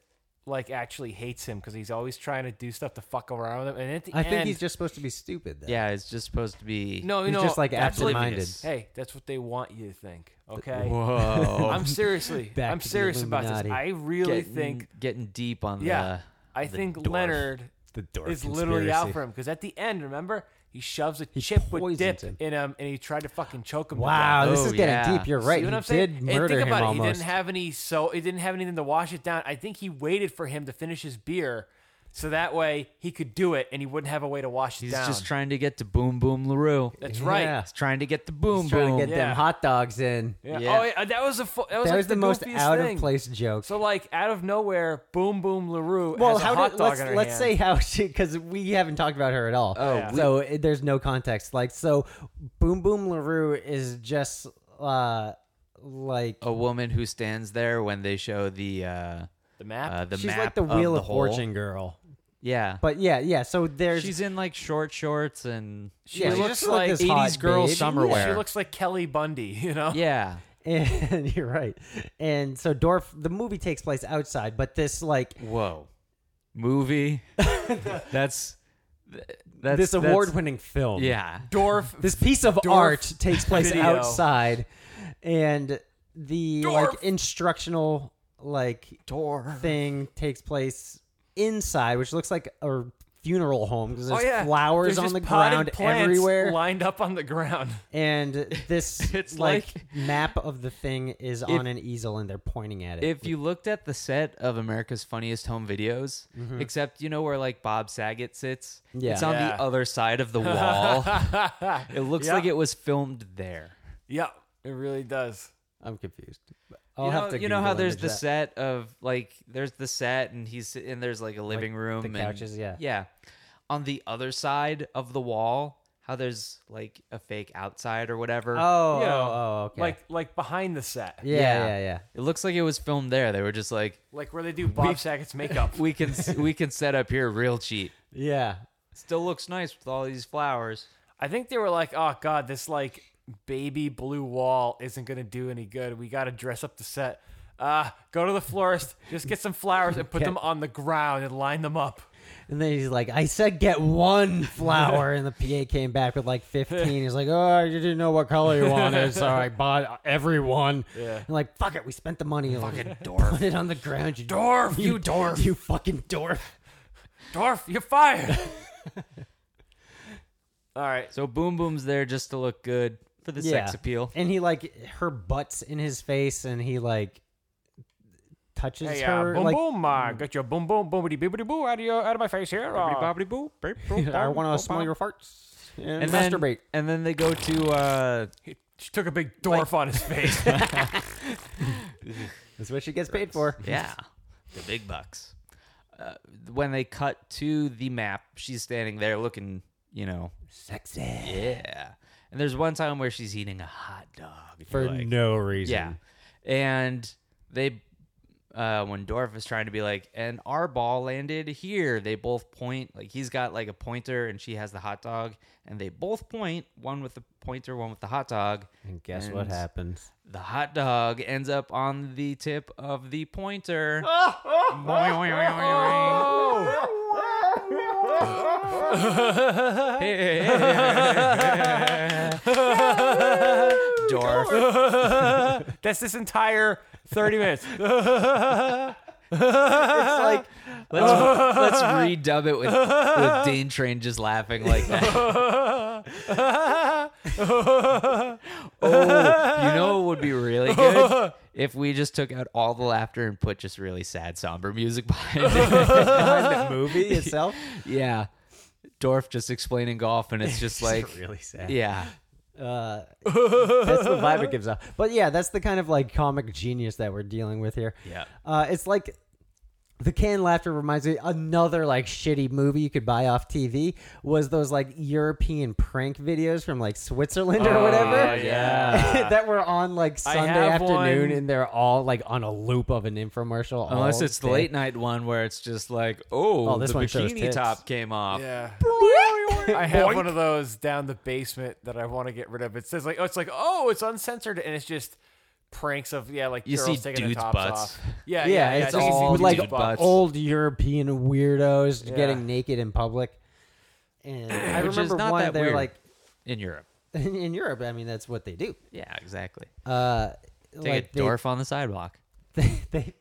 like actually hates him because he's always trying to do stuff to fuck around with him. And at the
I think
end-
he's just supposed to be stupid. Though.
yeah it's just supposed to be
no,
he's
no,
just, like,
that's what-
absent-minded.
Hey, that's what they want you to think. Okay.
whoa
I'm seriously.
Back
I'm
to the
serious about this.
Illuminati.
I really
getting,
think.
getting deep on
Yeah.
the
I think
dwarf.
Leonard
the Dorf
is literally out for him because at the end, remember, he shoves a chip with
poisons
dip
him.
in him and he tried to fucking choke him. to
Wow,
death.
this
Oh,
is getting
yeah.
deep. You're right.
See what
he
I'm
did
saying? and
murder
think
him
about it.
almost.
He didn't have any so he didn't have anything to wash it down. I think he waited for him to finish his beer so that way he could do it and he wouldn't have a way to wash it
he's
down.
just trying to get to boom boom Larue
That's
Yeah.
right.
he's trying to get the boom
He's trying
boom
to get
Yeah.
them hot dogs in.
Yeah.
Yeah.
Oh, yeah, that was a fu- that was,
That
like
was the,
the
most
goofiest
out
thing.
of place joke.
So like out of nowhere, boom boom Larue
well,
has
how
a hot
did,
dog
let's
in her
let's
hand.
say how she because we haven't talked about her at all.
Oh, Yeah. we-
so it, there's no context. Like so, Boom Boom Larue is just uh like
Oh,
a woman who stands there when they show the uh,
the map.
uh, the
she's
map
like the Wheel
the
of
hole.
Fortune girl.
yeah
But yeah, yeah. So there's
she's in like short shorts and
yeah,
looks
just
like
this
80s
hot
girl
babe.
summer wear
she looks like Kelly Bundy, you know?
yeah
And you're right. And so Dorf, the movie takes place outside, but this like
Whoa. Movie. that's th- that's
this
that's-
award-winning film.
Yeah.
Dorf
this piece of
Dorf
art takes place
video.
outside and the
Dorf.
like instructional like thing takes place inside which looks like a funeral home because
Oh
there's
yeah,
flowers
There's
on
just
the
potted
ground
plants
everywhere
lined up on the ground.
and this
It's
like,
like-
map of the thing is on an easel and they're pointing at it
If you looked at the set of America's Funniest Home Videos, except you know where like Bob Saget sits,
Mm-hmm. Yeah.
it's on
Yeah.
the other side of the wall. it looks like it was filmed there.
Yeah, it really does.
i'm confused But I'll
you know,
have to
you know how
Google
there's
image
the
that.
set of like there's the set and he's and there's like a living room
the
and
couches, yeah.
yeah on the other side of the wall how there's like a fake outside or whatever
oh,
You know,
oh oh, okay
Like like behind the set,
yeah yeah yeah,
It looks like it was filmed there. They were just like,
like where they do Bob Saget's makeup.
we can we can set up here real cheap.
yeah.
Still looks nice with all these flowers.
I think they were like, oh god, this like baby blue wall isn't gonna do any good. We gotta dress up the set. Uh, go to the florist, just get some flowers and put them on the ground and line them up.
And then he's like, I said get one flower. and the PA came back with like 15. He's like, oh, you didn't know what color you wanted. So I bought everyone. Yeah. And like, fuck it. We spent the money. Fucking dwarf. Put it on the ground. You
Dorf, you
dwarf. You fucking dwarf.
Dorf, you're fired. All right.
So Boom Boom's there just to look good for the sex appeal.
And he like, her butt's in his face and he like touches
Hey, uh,
her.
boom
like,
boom, uh, get your boom boom boomity bibbity boo out of your out of my face here. Uh,
boo.
I want to smell your farts. And,
and then,
masturbate.
and then they go to uh
he she took a big dwarf on his face.
That's what she gets paid for.
yeah, the big bucks. Uh, when they cut to the map, she's standing there looking, you know,
Sexy.
yeah. And there's one time where she's eating a hot dog And you're
For
like,
no reason.
Yeah. And they, uh, when Dorf is trying to be like, and our ball landed here, they both point, like he's got like a pointer and she has the hot dog, and they both point, one with the pointer, one with the hot dog.
And guess what happens?
The hot dog ends up on the tip of the pointer. Dorf.
That's this entire thirty minutes.
It's like,
Let's, let's redub it with, with Dean Train just laughing like that. Oh, you know what would be really good? If we just took out all the laughter and put just really sad, somber music behind it.
Behind the movie itself.
yeah. Dorf just explaining golf, and it's just like,
really sad.
yeah.
Uh, that's the vibe it gives off. But yeah, that's the kind of like comic genius that we're dealing with here.
Yeah.
Uh, it's like the canned laughter reminds me another like shitty movie you could buy off TV was those like European prank videos from like Switzerland or whatever.
yeah.
that were on like
I
Sunday
have
afternoon
one.
and they're all like on a loop of an infomercial.
Unless
all
it's the
day.
late night one where it's just like, oh,
Oh, this
the
one shows
bikini
tits.
top came off.
Yeah. I have one of those down the basement that I want to get rid of. It says like, oh, it's like, oh, it's uncensored, and it's just pranks of yeah, like
You
girls
see
taking
dudes'
their tops
butts.
off. Yeah, yeah,
Yeah,
yeah
it's
I think
all
dudes'
like
dude butts.
old European weirdos
Yeah.
getting naked in public. And I
Which is
remember
not
one
that
they're
weird.
like
In Europe.
in, in Europe. I mean, that's what they do.
Yeah, exactly.
Uh,
Take
like
a Dorf on the sidewalk.
They, they, they,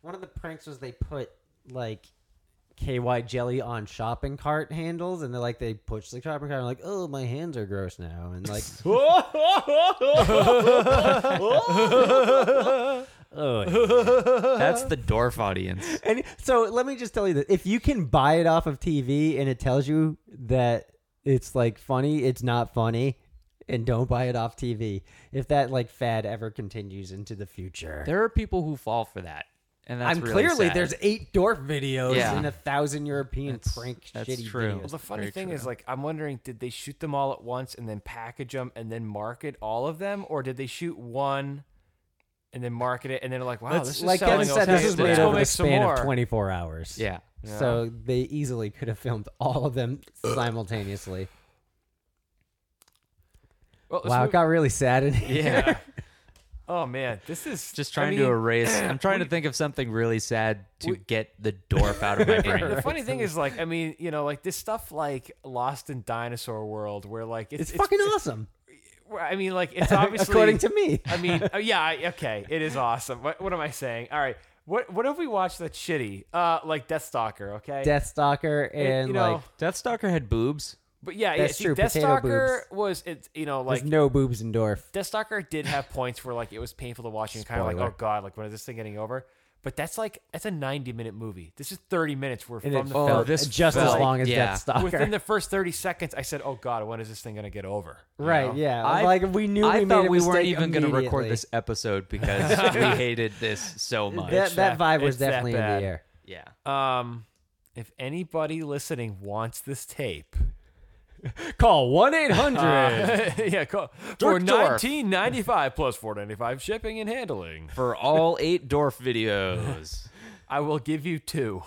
one of the pranks was they put like KY jelly on shopping cart handles, and they like they push the shopping cart, and like, oh, my hands are gross now, and like, oh,
That's the Dorf audience.
And so let me just tell you that if you can buy it off of TV and it tells you that it's like funny, it's not funny, and don't buy it off TV. If that like fad ever continues into the future,
There are people who fall for that. And that's
I'm
really
clearly
sad.
there's eight Dorf videos
Yeah.
and a thousand European
That's-
prank
that's
shitty
true.
videos.
Well,
Well, the funny
Very
thing
true.
is, like, I'm wondering, did they shoot them all at once and then package them and then market all of them, or did they shoot one and then market it and then they're like, wow, this is
like
selling
Kevin said,
okay.
this is
so
made
Let's go
over the
make some
span
more.
of 24 hours.
Yeah.
So they easily could have filmed all of them simultaneously.
Well, let's
Wow,
move-
it got really sad in here.
Yeah.
Oh man, this is
Just trying
I
to
mean,
erase. I'm trying to think of something really sad to get the Dorf out of my brain.
The funny thing is, like, I mean, you know, like this stuff, like Lost in Dinosaur World, where like
It's, fucking awesome,
Well, I mean, like it's obviously
according to me.
I mean, oh, yeah, I- okay, it is awesome. What, what am I saying? All right, what what have we watched that's shitty? Uh, like Deathstalker, okay.
Deathstalker
It-
and
you know,
like
Deathstalker had boobs.
but yeah,
that's
yeah,
true,
see,
potato
Deathstalker
boobs.
was it. You know,
there's
like
no boobs in Dorf.
Deathstalker did have points where like it was painful to watch and kind of like,
Spoiler.
oh god, like when is this thing getting over? But that's like that's a ninety minute movie. This is thirty minutes. We're
And
from
it
the
felt
first-
this
just as
felt-
long as
yeah.
Deathstalker.
within the first 30 seconds i said oh god when is this thing going to get over You
right,
know?
yeah.
I-
like we knew
I
we
thought
made a
we weren't
mistake
even going to record
immediately.
this episode because we hated this so much.
That, that
that-
vibe was
it's that
definitely in the
bad.
air.
yeah.
um if anybody listening wants this tape
Call one eight hundred.
Uh, yeah cool for
Dork Dorf.
1995 plus 495 shipping and handling
For all eight Dorf videos.
i will give you two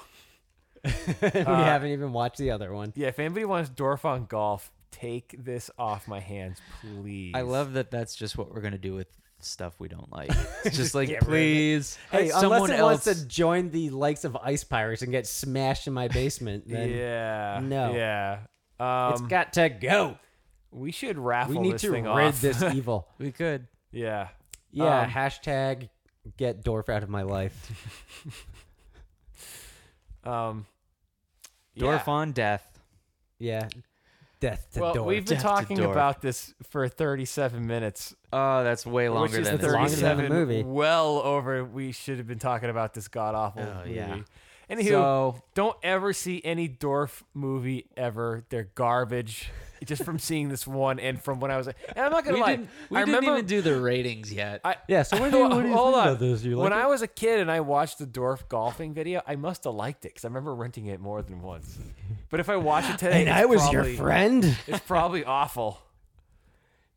We haven't even watched the other one.
yeah if anybody wants dorf on golf take this off my hands please
I love that that's just what we're going to do with stuff we don't like. It's just like, please.
Hey,
someone
unless it
else.
wants to join the likes of Ice Pirates and get smashed in my basement, then
yeah
No.
yeah um
it's got to go.
we should raffle
We need
this
to
thing
rid
off
this e- evil.
we could.
yeah
Yeah.
Um,
hashtag get Dorf out of my life.
um
Dorf
yeah.
on death.
Yeah. Death to
well,
Dorf.
we've been
Death to
talking
Dorf.
about this for 37 minutes,
Oh, that's way longer
which is
than this.
longer than
37
the movie.
Well over, we should have been talking about this god awful
Oh,
movie.
yeah.
Anywho,
So-
don't ever see any Dorf movie ever. They're garbage. Just from seeing this one and from when I was, and I'm not gonna
We
lie,
didn't, we
I
didn't
remember
even do the ratings yet.
I,
Yeah, so what do you- what do you
hold
think
on.
about this? You like
when
it?
I was a kid and I watched the Dorf golfing video, I must have liked it because I remember renting it more than once. But if I watch it today,
and
it's
I was
probably-
your friend.
It's probably awful.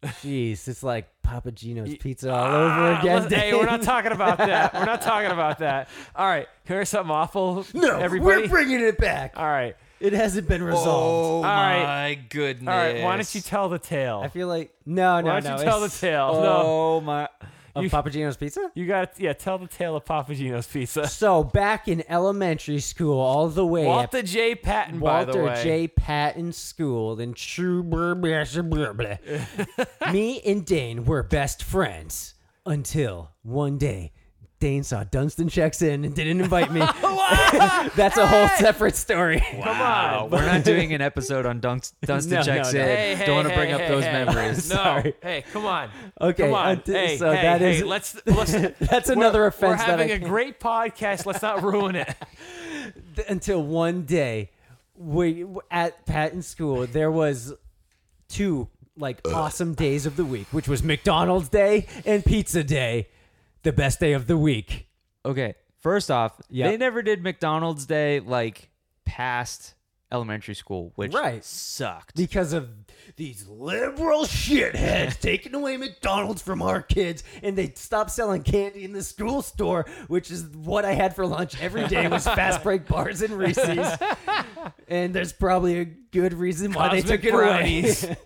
Jeez, it's like Papa Gino's pizza all over again.
Unless- Ah, hey, we're not talking about that. We're not talking about that. All right, here's something awful.
no,
everybody. Uh,
we're bringing it back.
All right,
It hasn't been
oh,
resolved.
right.
my goodness.
all right. Why don't you tell the tale?
I feel like no, no,
Why don't
no.
you tell the
it's-
tale? no,
Oh, my.
of
you-
Papa Gino's pizza?
you got to yeah. Tell the tale of Papagino's pizza.
So back in elementary school, all the way up
Walter J. Patton, by the
Walter
way.
J. Patton School in True. Blah, blah, blah, blah. Me and Dane were best friends until one day Dane saw Dunstan checks in and didn't invite me. That's a whole separate story.
Come on.
We're not doing an episode on Dunks, Dunstan
No, no,
checks
no.
in.
Hey, hey,
Don't want to
hey,
bring up
hey,
those
hey.
memories.
No,
Sorry.
hey, come on.
Okay,
come on.
uh, d-
hey,
so
hey,
that
hey,
is-
let's, let's
That's
we're-
another
We're
offense that I
having a
can't-
great podcast. Let's not ruin it.
Th- Until one day, we at Patton School there was two like awesome days of the week, which was McDonald's Day and Pizza Day, the best day of the week.
Okay. First off,
Yeah.
they never did McDonald's Day like past elementary school, which
Right.
sucked.
because of these liberal shitheads taking away McDonald's from our kids, and they stopped selling candy in the school store, which is what I had for lunch every day was fast break bars and Reese's. and there's probably a good reason why they
Cosmic
took it
brownies.
away.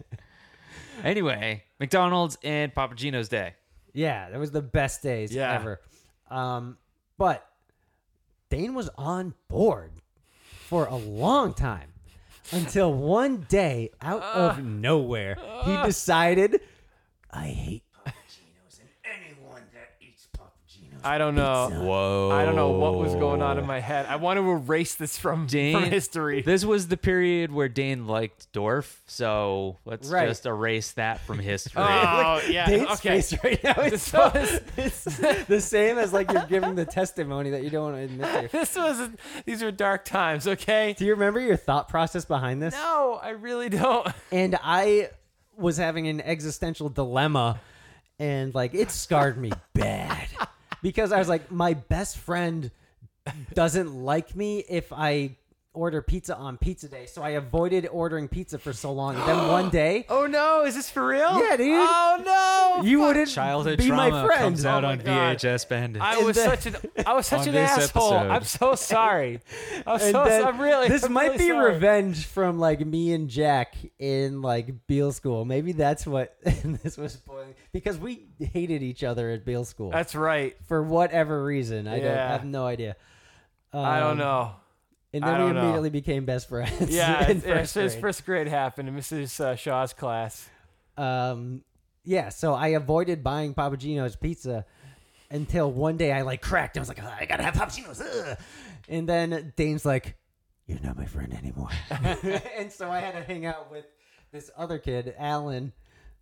anyway, McDonald's and Papa Gino's Day.
yeah, that was the best days
Yeah.
ever. Um, but Dane was on board for a long time until one day,
Uh.
out of nowhere, he decided, "I hate
I don't know.
Whoa.
I don't know what was going on in my head. I want to erase this from, from
Dane,
history.
This was the period where Dane liked Dorf, so let's
Right.
just erase that from history.
oh, yeah.
Date's
okay.
face right now is so, it's the same as like you're giving the testimony that you don't want to admit to.
This was, these were dark times, okay?
Do you remember your thought process behind this?
No, I really don't.
And I was having an existential dilemma and like it scarred me bad because I was like, my best friend doesn't like me if I order pizza on pizza day. So I avoided ordering pizza for so long. And then one day,
Oh, no. Is this for real?
Yeah, dude.
Oh, no.
you wouldn't
Childhood
be
trauma
my friend.
comes out
Oh my
on
God.
VHS Bandit.
I
And
was
then-
such an I was such
On
an
this
asshole.
episode.
I'm so Oh, sorry. I'm so
And
so-
then
I'm really
this
I'm
might
really
be
sorry.
revenge from like me and Jack in like Beale school. Maybe that's what this was boiling because we hated each other at Beale school
That's right.
for whatever reason. I don't
Yeah.
I have no idea.
I
Um,
don't know.
And
I
then
don't
we
know.
immediately became best friends.
Yeah,
in
it's, it's,
first
it's
grade.
first grade happened in Mrs. Uh, Shaw's class.
um, yeah. So I avoided buying Papagino's pizza until one day I like cracked. I was like, "Ah, I gotta have Papagino's. Ugh. And then Dane's like, You're not my friend anymore. and so I had to hang out with this other kid, Alan.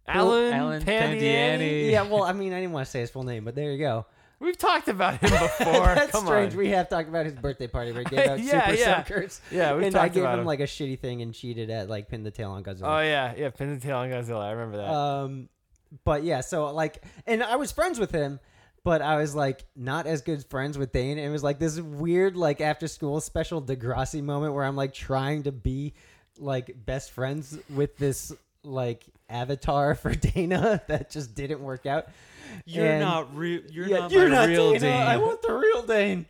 Alan,
Alan
Pandiani.
Pandiani.
Yeah, well, I mean, I didn't want to say his full name, but there you go.
We've talked about him before.
That's
Come
strange.
on.
We have talked about his birthday party where he gave out
Yeah,
super
yeah.
suckers.
Yeah, we've
and I
talked
gave
about
him
him.
like a shitty thing and cheated at like pin the tail on Godzilla.
Oh yeah, yeah, Pin and Tail on Godzilla. I remember that.
Um, but yeah, so like, and I was friends with him, but I was like not as good friends with Dane. And it was like this weird, like after school special Degrassi moment where I'm like trying to be like best friends with this like avatar for Dana that just didn't work out.
you're
And-
not real. You're
yeah,
not
you're
my
not
real
Dana. I
Dane.
want the real Dane.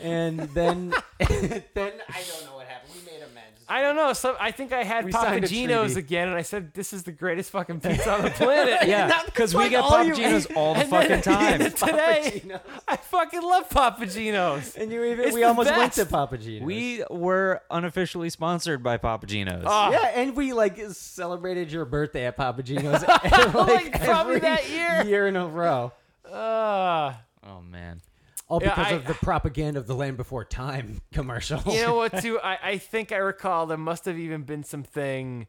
And then, then I don't know what happened. We made amends.
I don't know. Some, I think I had
We signed a
Papagenos
treaty.
again, and I said, "This is the greatest fucking pizza on the planet."
Yeah,
Not-
because
like,
we get
all you-
Papagino's all the
And then-
fucking time.
and today,
Papagenos.
I fucking love Papagenos.
And you even
It's
we
the
almost went
best.
to Papa Gino's.
We were unofficially sponsored by Papagino's.
Oh,
Yeah, and we like celebrated your birthday at Papagino's like,
Like, probably
every
that year.
in a row.
Uh,
oh man.
All
Yeah,
because
I-
of the propaganda of the Land Before Time commercial.
you know what? Too, I, I think I recall there must have even been something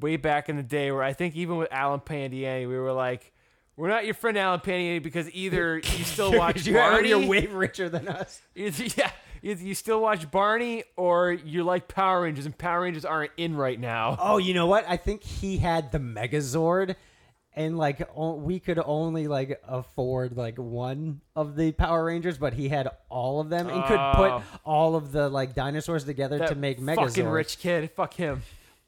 way back in the day where I think even with Alan Pandiani, we were like, "We're not your friend Alan Pandiani because either you still watch
you
Barney,
are way richer than us.
Either- yeah, either you still watch Barney or you like Power Rangers, and Power Rangers aren't in right now.
Oh, you know what? I think he had the Megazord, and like o- we could only like afford like one of the Power Rangers, but he had all of them and could put
Oh.
all of the like dinosaurs together
That
to make Megazord.
fucking rich kid, fuck him.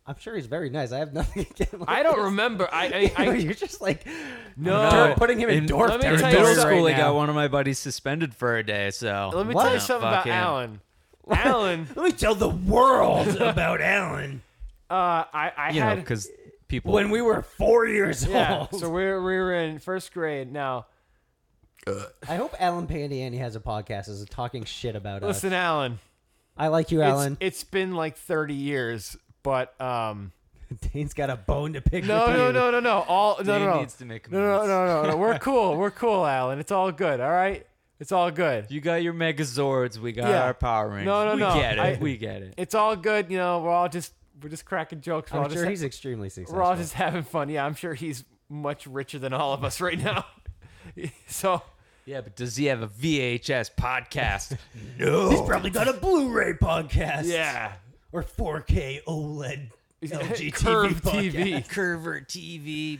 I'm sure he's very nice. I have nothing against. him.
I don't remember. I, I, I
You're just like
no.
Dorf- putting him in, Dorf
let me
In
tell
territory
you
middle
something.
school,
right
I
now.
got one of my buddies suspended for a day. So
Let me
What?
tell you something
Fuck
about
him.
Alan. Alan,
Let me tell the world about Alan
uh, I, I
you know
had
because people
when we were four years
yeah.
old.
So we were, we were in first grade. Now,
I hope Alan Pandiani has a podcast as a talking shit about us.
listen, Alan.
I like you,
it's-
Alan.
it's been like thirty years, but um.
Dane's got a bone to pick.
No,
with
no,
you.
no, no, no. All no,
Dave
no, no.
needs to make
no, no,
amends.
no, no, no. We're cool. We're cool, Alan. It's all good. All right. It's all good.
You got your Megazords. We got
Yeah.
our Power Rangers.
No, no,
we
no,
get it.
I-
we get it.
It's all good. You know, we're all just we're just cracking jokes. We're all
I'm sure
just
he's extremely successful.
we're all just having fun. Yeah, I'm sure he's much richer than all of us right now. so
Yeah, but does he have a VHS podcast?
He's probably got a Blu-ray podcast.
yeah,
Or 4K
E
OLED
Curve TV.
Curvert TV.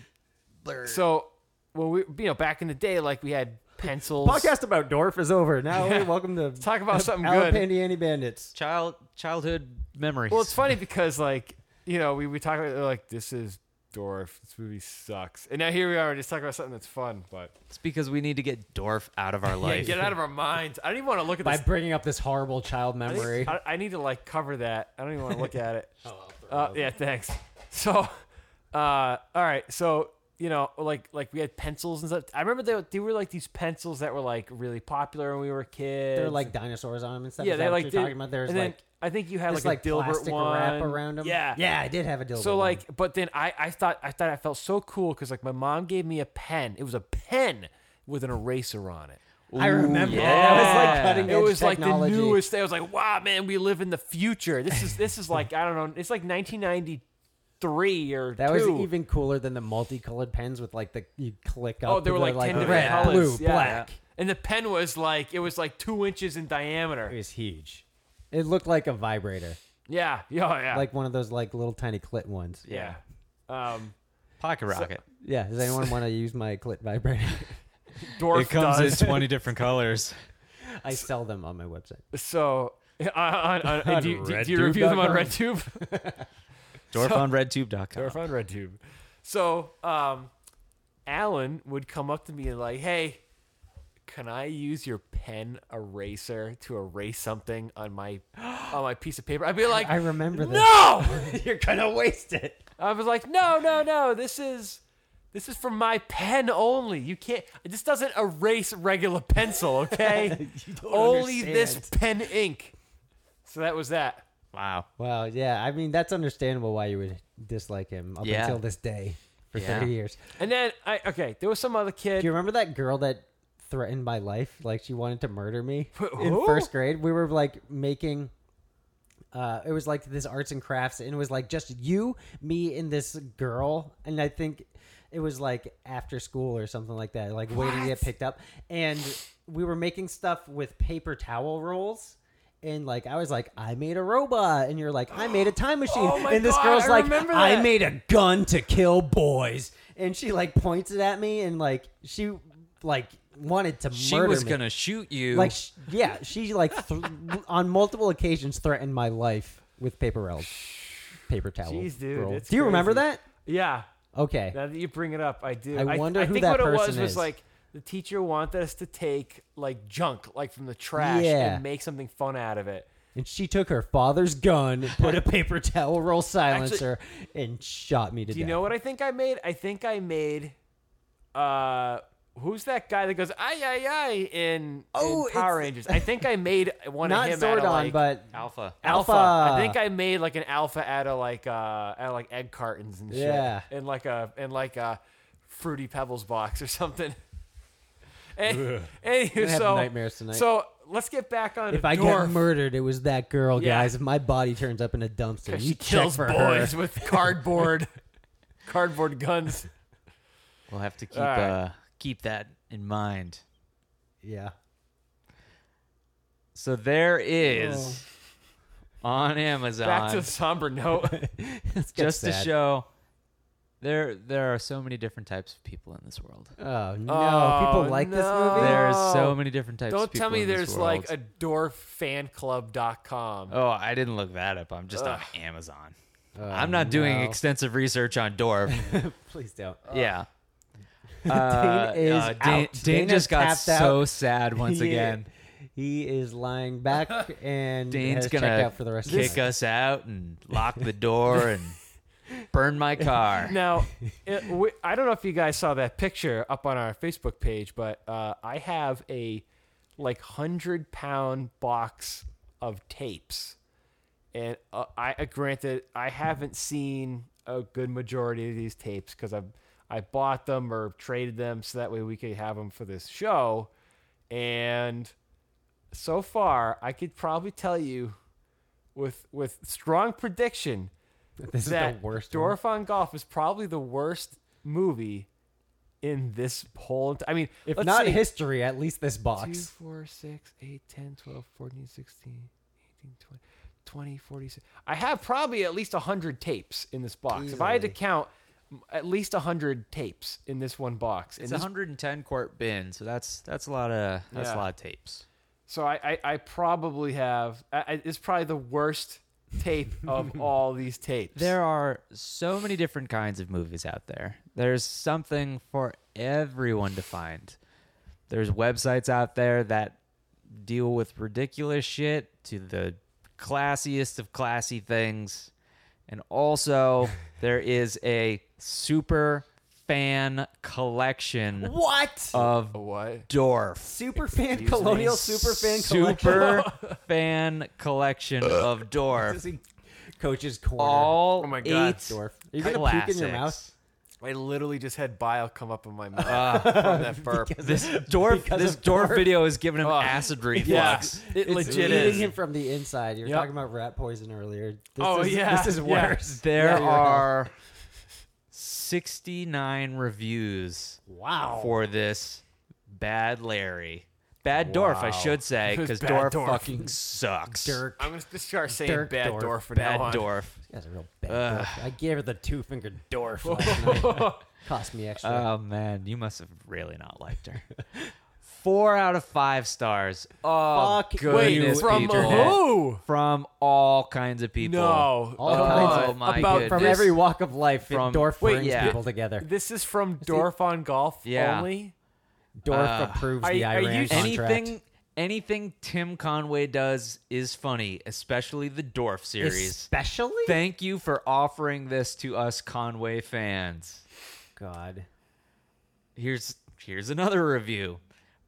Blur.
So well, we you know back in the day, like we had pencils.
Podcast about Dorf is over. Now
Yeah.
welcome to
Talk about something
Al
good.
Pandiani Bandits.
Child childhood memories.
Well, it's funny because like you know we we talk about like this is Dorf. This movie sucks, and now here we are just talking about something that's fun, but
It's because we need to get Dorf out of our
yeah,
life.
get out of our minds. I don't even want to look at
By
this.
bringing up this horrible child
I need-
memory.
I, I need to like cover that. I don't even want to look at it. uh, yeah, thanks. So, uh, all right. So you know, like like we had pencils and stuff. I remember they they were like these pencils that were like really popular when we were kids.
They're like dinosaurs on them and stuff.
yeah,
Is that
they're
what
like
you're
they-
talking about. There's
and then
like
I think you had
this
like a
like
Dilbert
plastic
one
wrap around them.
Yeah,
yeah, I did have a Dilbert.
So
one.
like, but then I, I thought I thought I felt so cool because like my mom gave me a pen. It was a pen with an eraser on it.
I remember.
yeah.
That was like cutting
It
edge
was like the
technology.
newest. thing. I was like, wow, man, we live in the future. This is this is like I don't know. It's like 1993 or
That was
two.
even cooler than the multicolored pens with like the you click up.
oh, there
and
were
they're
like, ten different
red,
colors,
blue,
Yeah,
black.
yeah. and the pen was like it was like two inches in
It
diameter.
was huge. It looked like a vibrator,
Yeah, yeah, oh, yeah,
like one of those like little tiny clit ones.
yeah. Um,
Pocket rocket.
Yeah. Does anyone want to use my clit vibrator?
Dorf
it comes
does.
in twenty different colors.
I sell them on my website.
so. uh, on- on- uh, do, you, do, you
RedTube.com.
review them on RedTube?
Dorf on RedTube.com.
Dorf on RedTube. So, um, Alan would come up to me and like, "Hey, can I use your pen eraser to erase something on my on my piece of paper?" I'd be like,
I remember this.
"No!"
You're gonna waste it.
I was like, "No, no, no. This is this is from my pen only. You can't. This doesn't erase regular pencil, okay? only this pen ink." So that was that.
Wow.
Well, yeah. I mean, that's understandable why you would dislike him up
Yeah.
until this day for
Yeah.
thirty years.
And then I okay, there was some other kid.
Do you remember that girl that threatened my life? Like she wanted to murder me in
who?
first grade. We were like making. Uh, it was like this arts and crafts, and it was like just you, me, and this girl. And I think it was like after school or something like that, like waiting to get picked up. And we were making stuff with paper towel rolls. And like I was like, I made a robot, and you're like, I made a time machine,
Oh my
and this
God,
girl's
I
like,
remember
I
that.
made a gun to kill boys, and she like points it at me, and like she like wanted to
She
murder
was
me.
gonna shoot you.
like sh- yeah, she like th- on multiple occasions threatened my life with paper rolls, paper towel.
Jeez, dude,
roll.
it's
do you remember
crazy.
that?
Yeah,
Okay,
Now that you bring it up, I do.
I wonder
I
who
think
that
what it was
person
was
is.
like the teacher wanted us to take like junk, like from the trash,
Yeah.
and make something fun out of it.
and she took her father's gun, put a paper towel roll silencer, and shot me to
Do you
death.
know what I think I made? I think I made. uh Who's that guy that goes ay ay ay in,
Oh,
in Power
it's-
Rangers? I think I made one
Not
of him out
Zordon,
of like
but
Alpha.
Alpha.
Alpha.
I think I made like an Alpha out of like uh out of like egg cartons and shit,
Yeah.
and like a and like a fruity pebbles box or something. And, anywho,
gonna have
so
nightmares tonight.
So let's get back on.
if I
Dorf,
got murdered, it was that girl,
Yeah.
guys. If my body turns up in a dumpster, you
she
check
kills
for
boys
her.
with cardboard, cardboard guns.
We'll have to keep
All right.
uh, keep that in mind.
Yeah.
So there is on Amazon.
Back to the somber note.
just to
sad.
show there there are so many different types of people in this world.
Oh no!
Oh,
People like this
no.
movie.
There are
Oh.
so many different types. of
Don't
people
tell me
in this
there's like a
world.
dorffanclub.com.
Oh, I didn't look that up. I'm just on Amazon.
Oh,
I'm not doing
no.
extensive research on Dorf.
Please don't.
yeah. Uh,
is
uh, Dan,
out.
Dan
Dana's
just got
tapped out.
so sad once
He-
again.
he is lying back and
Dane's
has
gonna
checked out for the rest
kick
of the
us out and lock the door and burn my car.
Now, it, we, I don't know if you guys saw that picture up on our Facebook page, but uh, I have a like hundred pound box of tapes, and uh, I uh, granted I haven't seen a good majority of these tapes because I I bought them or traded them so that way we could have them for this show, and so far, I could probably tell you with with strong prediction
This is the
that
worst. one.
Dwarf on Golf is probably the worst movie in this whole. ent- I mean,
If
let's
not
see.
history, at least this
2,
box.
4, 6, 8, 10, 12, 14, 16, 18, 20, 20, 46. I have probably at least 100 tapes in this box. If I had to count m- at least 100 tapes in this one box.
It's
and
a
this-
110 quart bin, so that's that's a lot of that's a
Yeah.
lot of tapes.
so I, I, I probably have, I, I- it's probably the worst tape of all these tapes.
There are so many different kinds of movies out there. There's something for everyone to find. There's websites out there that deal with ridiculous shit to the classiest of classy things. And also, there is a super fan collection
What?
Oh,
of
What?
Dorf.
super fan colonial super fan collection.
Super fan collection of Dorf.
Coach's corner.
All
Oh my God,
eight
Dorf. Are you gonna puke in your mouth?
I literally just had bile come up in my mouth from that burp.
This dwarf,
because
this
of
dwarf,
Dorf.
video is giving him
Oh,
acid
Yeah,
reflux.
it
It's
legit
eating
is.
him from the inside. You were
Yep.
talking about rat poison earlier. This
Oh,
is,
yeah,
this is
yeah.
worse.
There
Yeah.
are 69 reviews
Wow.
for this bad Larry. Bad Dorf, I should say,
It was
because
bad
Dorf,
Dorf.
fucking sucks.
Dirk.
I'm going to start saying
Dirk
bad
Dorf.
door for
Bad
now on.
Dorf.
That's a real bad Dorf. I gave her the two finger Dorf last night. Cost me extra.
Oh man, you must have really not liked her. Four out of five stars. Oh,
Fuck
goodness,
Wait, from
Peterhead.
who?
From all kinds of people.
No.
All
Oh,
kinds of
my
about
goodness.
from every walk of life,
From-
from, Dorf
Wait,
brings
yeah.
people together.
This is from Dorf on Golf
Yeah.
only.
Dorf
Uh,
approves
are-
the
are you-
Iran contract.
anything, anything Tim Conway does is funny, especially the Dwarf series.
especially.
Thank you for offering this to us Conway fans.
God,
Here's here's another review.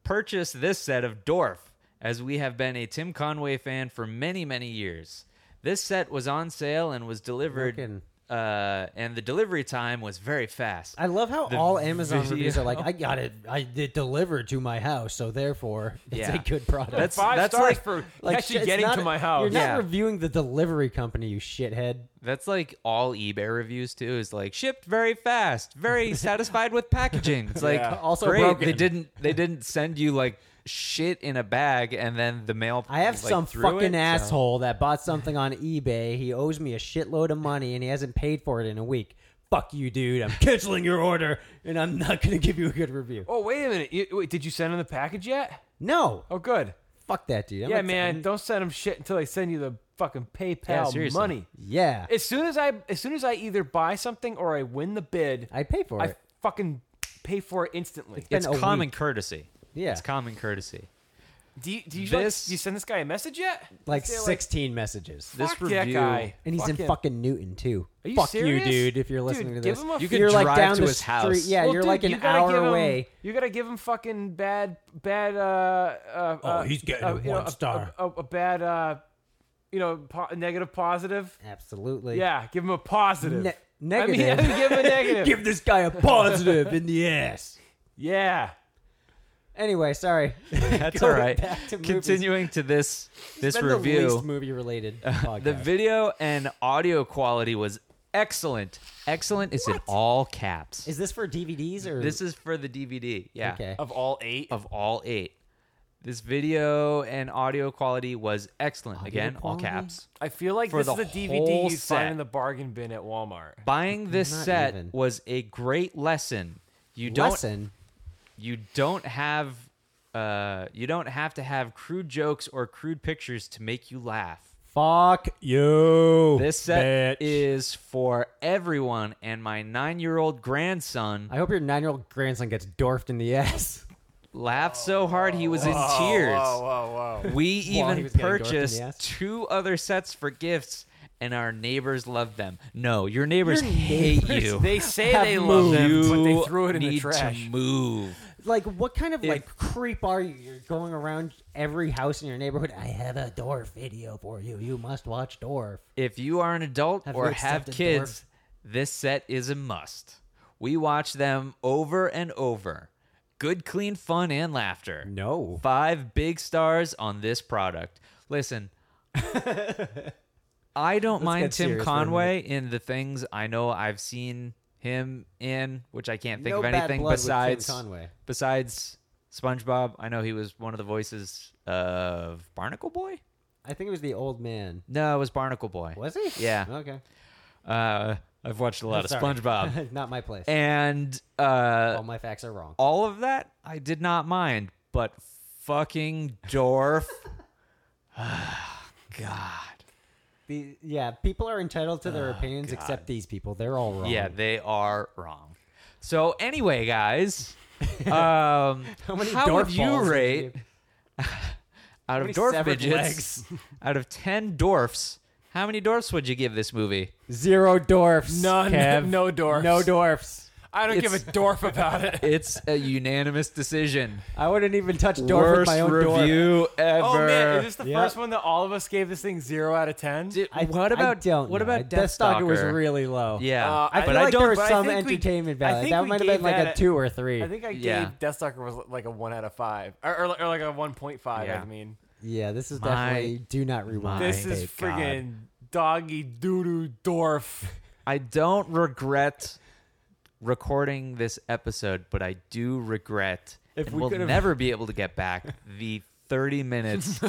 Purchase this set of Dorf, as we have been a Tim Conway fan for many many years. This set was on sale and was delivered,
Looking.
uh, and the delivery time was very fast.
I love how
The
all Amazon
video-
reviews are like, "I got it, I it delivered to my house, so therefore it's
Yeah.
a good product."
That's-
Five stars
like-
for
like
actually
it's
getting
not-
to my house.
You're not
Yeah.
reviewing the delivery company, you shithead.
That's like all eBay reviews too. Is like shipped very fast, very satisfied with packaging. It's like
Yeah.
Also
great.
broken.
They didn't they didn't send you like shit in a bag and then the mail.
I have
like,
some
threw
fucking
it, so-
asshole that bought something on eBay. He owes me a shitload of money and he hasn't paid for it in a week. Fuck you, dude. I'm canceling your order and I'm not going to give you a good review.
Oh wait a minute! You, wait, did you send him the package yet?
No.
Oh good.
Fuck that, dude. I'm
yeah,
not-
man. Don't send him shit until I send you the fucking PayPal
seriously.
money.
Yeah.
As soon as I, as soon as I either buy something or I win the bid,
I pay for
I
it.
fucking pay for it instantly.
been
It's
a
common
week.
courtesy.
Yeah.
it's common courtesy.
Do you, do you
This-
like, do you send this guy a message yet?
Like
Say,
16 messages.
This
Fuck
review,
that guy.
and he's in fucking Newton, too.
Are you
Fuck
serious?
you, dude, if you're listening
Dude,
to
give
this.
him a- You
could
you're like
drive
down
to
the
his
street.
house.
Yeah,
Well,
you're
dude,
like an
you gotta give
hour
him-
away.
You gotta give him fucking bad, bad. Uh, uh, oh,
he's getting a one star.
A, a, a bad, uh, you know, po- negative, positive.
Absolutely.
Yeah, give him a positive.
Ne-
I
negative.
mean, give him a negative.
Give this guy a positive in the ass.
yeah.
Anyway, sorry.
That's all
Going
right.
back to movies.
Continuing to this this
It's been
review.
the least movie related podcast.
The video and audio quality was excellent. Excellent is in all caps.
is this for DVDs or
this is for the DVD. Yeah.
okay?
Of all eight.
Of all eight. This video and audio quality was excellent. Again,
quality?
all caps.
I feel like
For
this is
the
a DVD
whole
you
set.
find in the bargain bin at Walmart.
Buying this
Not
set
even.
was a great lesson. You don't
Lesson.
you don't have uh you don't have to have crude jokes or crude pictures to make you laugh.
Fuck you.
This set
bitch.
is for everyone and my 9-year-old grandson
I hope your nine-year-old grandson gets dwarfed in the ass.
laughed so hard he was in tears.
whoa,
We
whoa.
While he
even
was getting dorked in the
purchased
ass.
two other sets for gifts, and our neighbors loved them. No, your neighbors hate you.
They say
Have
they love them, but they
You
threw it in the
need
trash.
to move.
Like, what kind of like creep are you? You're going around every house in your neighborhood. I have a dwarf video for you. You must watch dwarf.
If you are an adult
Have
or
you
have
accepted
kids, this set is a must. We watch them over and over. Good, clean fun and laughter.
No.
Five big stars on this product. Listen, I don't
get
mind Tim
serious for a
Conway in the things I know I've seen him in, which I can't think
No
of
bad
anything
blood with Tim
besides
Conway.
Besides SpongeBob, I know he was one of the voices of Barnacle Boy.
I think it was the old man.
No, it was Barnacle Boy.
Was he?
Yeah.
Okay.
Uh, I've watched a lot of
Sorry.
SpongeBob,
Not my place.
and uh,
All my facts are wrong.
all of that I did not mind, but fucking Dorf. God.
The, yeah, people are entitled to their opinions except these people. They're all wrong.
Yeah, they are wrong. So anyway, guys, um, how,
many
would
Dorf
you
balls did
rate out of
many
dwarf
severed
midgets? Out of ten dwarfs, how many dwarfs would you give this movie?
Zero dwarfs.
None.
Kev.
No dwarfs.
No dwarfs.
I don't give a dorf about it.
It's a unanimous decision.
I wouldn't even touch dwarf with
Worst
my own dwarf.
review ever.
Oh man, is this the
Yeah.
first one that all of us gave this thing zero out of ten?
Dude,
I,
what about
I don't
what
know.
about
Deathstalker was
Deathstalker?
really low.
Yeah,
Uh, I
but
feel
I
like
don't.
there was
but I
some
think we-
entertainment
I
value.
think
That
we
might have
gave
been like
that
a
a-
two or three.
I think I gave
Yeah.
Deathstalker was like a one out of five, or, or, or like a one point five.
Yeah.
I mean,
yeah, this is
My-
definitely do not rewind.
this
My
is
God.
friggin' doggy doo doo dwarf.
I don't regret recording this episode, but I do regret
If
and
we
we'll
could've-
never be able to get back the 30 minutes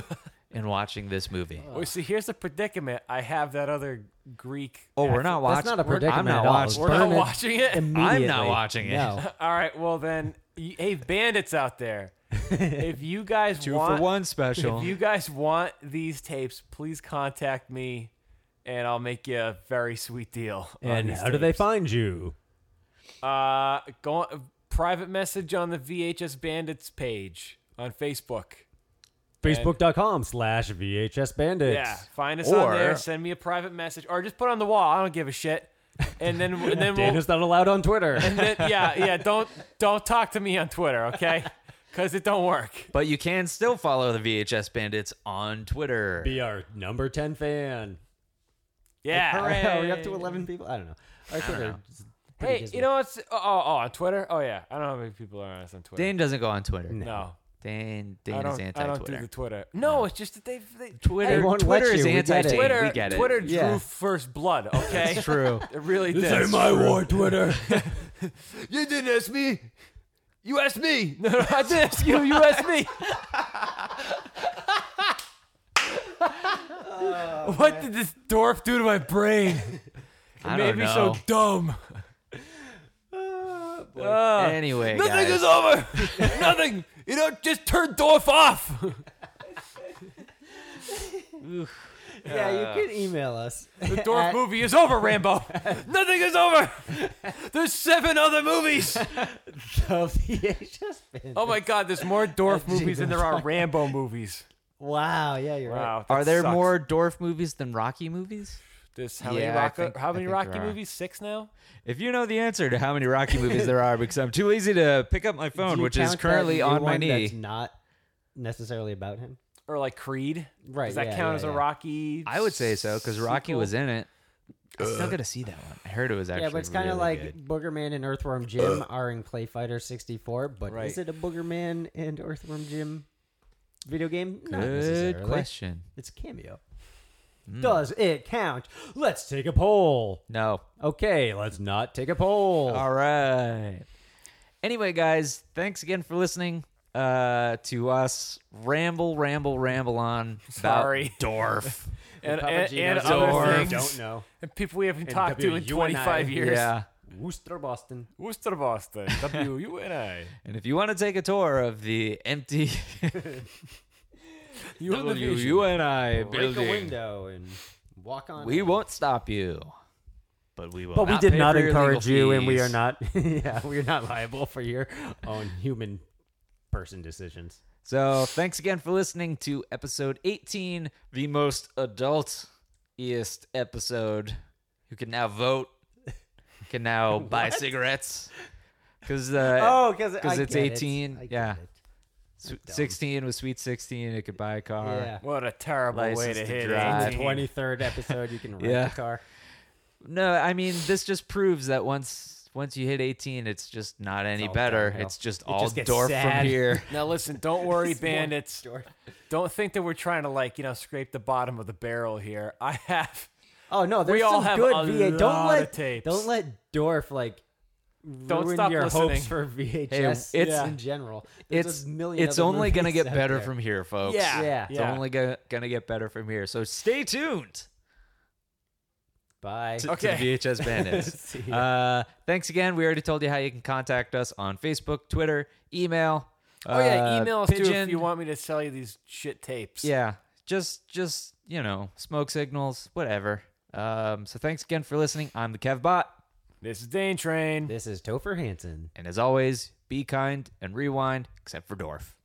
in watching this movie.
Oh, see, here's the predicament. I have that other Greek.
Oh, we're
accent.
not watching.
That's not a
I'm
predicament
not
at all.
watching.
We're not
Burn it.
watching it.
I'm
Immediately.
not watching it.
No.
All right, well then, y- hey bandits out there, if you guys
Two
want
for one special.
if you guys want these tapes, please contact me, and I'll make you a very sweet deal. on
And
these
how do they
tapes.
find you?
Uh, go on, private message on the VHS Bandits page on Facebook.
Facebook.com slash VHS Bandits.
Yeah, find us
Or-
on there. Send me a private message, or just put it on the wall. I don't give a shit. And then, and then
Dan
we'll,
is not allowed on Twitter.
and then, yeah, yeah. Don't don't talk to me on Twitter, okay? Because it don't work.
but you can still follow the VHS Bandits on Twitter.
Be our number 10 fan.
Yeah.
Are we up to 11 people? I don't know. Our Twitter is pretty
Hey,
dismal.
you know what's? Oh, oh, oh, on Twitter? Oh yeah, I don't know how many people are on us on Twitter.
Dane doesn't go on Twitter.
no,
Dane, Dane
I
is
don't. I
anti
don't do the
Twitter.
Twitter. No, it's just that they've they,
Twitter,
They won't let
Twitter is
you, we get it.
anti Dane.
Twitter.
We get it.
Twitter drew
Yeah.
first blood. Okay,
It's true.
It really did.
war, Twitter.
You didn't ask me. You asked me. No, no, I didn't ask you. You asked me. what did this dwarf do to my brain? It
I
made
don't
me
know.
so dumb. Ah.
anyway,
Nothing
guys.
is over. Nothing. You know, just turn Dorf off.
Uh,
yeah, you can email us.
The Dorf
At-
movie is over, Rambo. Nothing is over. There's seven other movies.
of VHS Bandits.
Oh my God, there's more Dorf movies than there are Rambo movies.
Wow. Yeah, you're right.
Wow. that
Are there
sucks.
more Dwarf movies than Rocky movies?
This how
Yeah, I
many Rocky?
think- I
how many
think there
Rocky
are.
movies? Six now.
If you know the answer to how many Rocky movies there are, because I'm too lazy to pick up my
Do
phone,
you
which is
count that
currently
new
on my
one
knee,
That's not necessarily about him.
or like Creed.
Right,
Does that
yeah,
count
yeah,
as
yeah.
a Rocky?
I would say so because Rocky
sequel?
was in it. I'm still gonna see that one. I heard it was actually.
yeah, but it's kind of
really
like
good.
Boogerman and Earthworm Jim are in Clay Fighter 64, but
Right.
is it a Boogerman and Earthworm Jim video game? Not
good
necessarily.
question.
It's a cameo. Does it count?
Let's take a poll.
No.
Okay, let's not take a poll.
Oh.
All right. Anyway, guys, thanks again for listening uh, to us ramble, ramble, ramble on. about
Sorry.
Dwarf.
and
Papa
and,
G
and
knows
other
everything.
things.
Don't know.
And people we haven't
And
talked to in
W, you and I.
25 years.
yeah.
Worcester, Boston.
Worcester, Boston. W U N I.
And if you want to take a tour of the empty
You have the vision.
WUNI
Break a
building.
window and walk on.
We
in.
won't stop you, but we will.
But we did
pay
not
for your
encourage
legal
you, and we
fees.
are not. yeah, we are not liable for your own human person decisions.
So thanks again for listening to episode 18, the most adult-iest episode. You can now vote. You can now buy cigarettes. Because uh,
Oh, because
'Cause it's 18, yeah. s-
dumb.
16 was sweet 16. It could buy a car.
Yeah.
What a terrible way
License
to
to
hit
drive.
18.
Twenty third episode, you can rent
Yeah.
a car.
No, I mean this just proves that once once you hit 18, it's just not any
all
better.
downhill.
It's just
It
all
just gets
Dorf
sad.
from here.
Now listen, don't worry, bandits.
Dorf.
Don't think that we're trying to like you know scrape the bottom of the barrel here. I have
Oh no, there's
all
some
have
good
a
VA. Don't
lot of
let
tapes.
don't let Dorf like
Don't
ruin
stop
your
listening.
hopes for VHS.
it's-
in general. There's
It's
a million.
it's
other
only gonna
movies
get
out
better
there.
from here, folks.
yeah
Yeah.
It's only gonna, gonna get better from here. So stay tuned
Bye.
to, to
Okay.
the VHS Bandits. uh, thanks again. We already told you how you can contact us on Facebook, Twitter, email.
Oh yeah,
uh,
email us too if
Pigeon.
you want me to sell you these shit tapes.
Yeah, just just you know, smoke signals, whatever. Um, so thanks again for listening. I'm the Kevbot,
This is Dane Train.
This is Topher Hansen.
and as always, be kind and rewind, except for Dorf.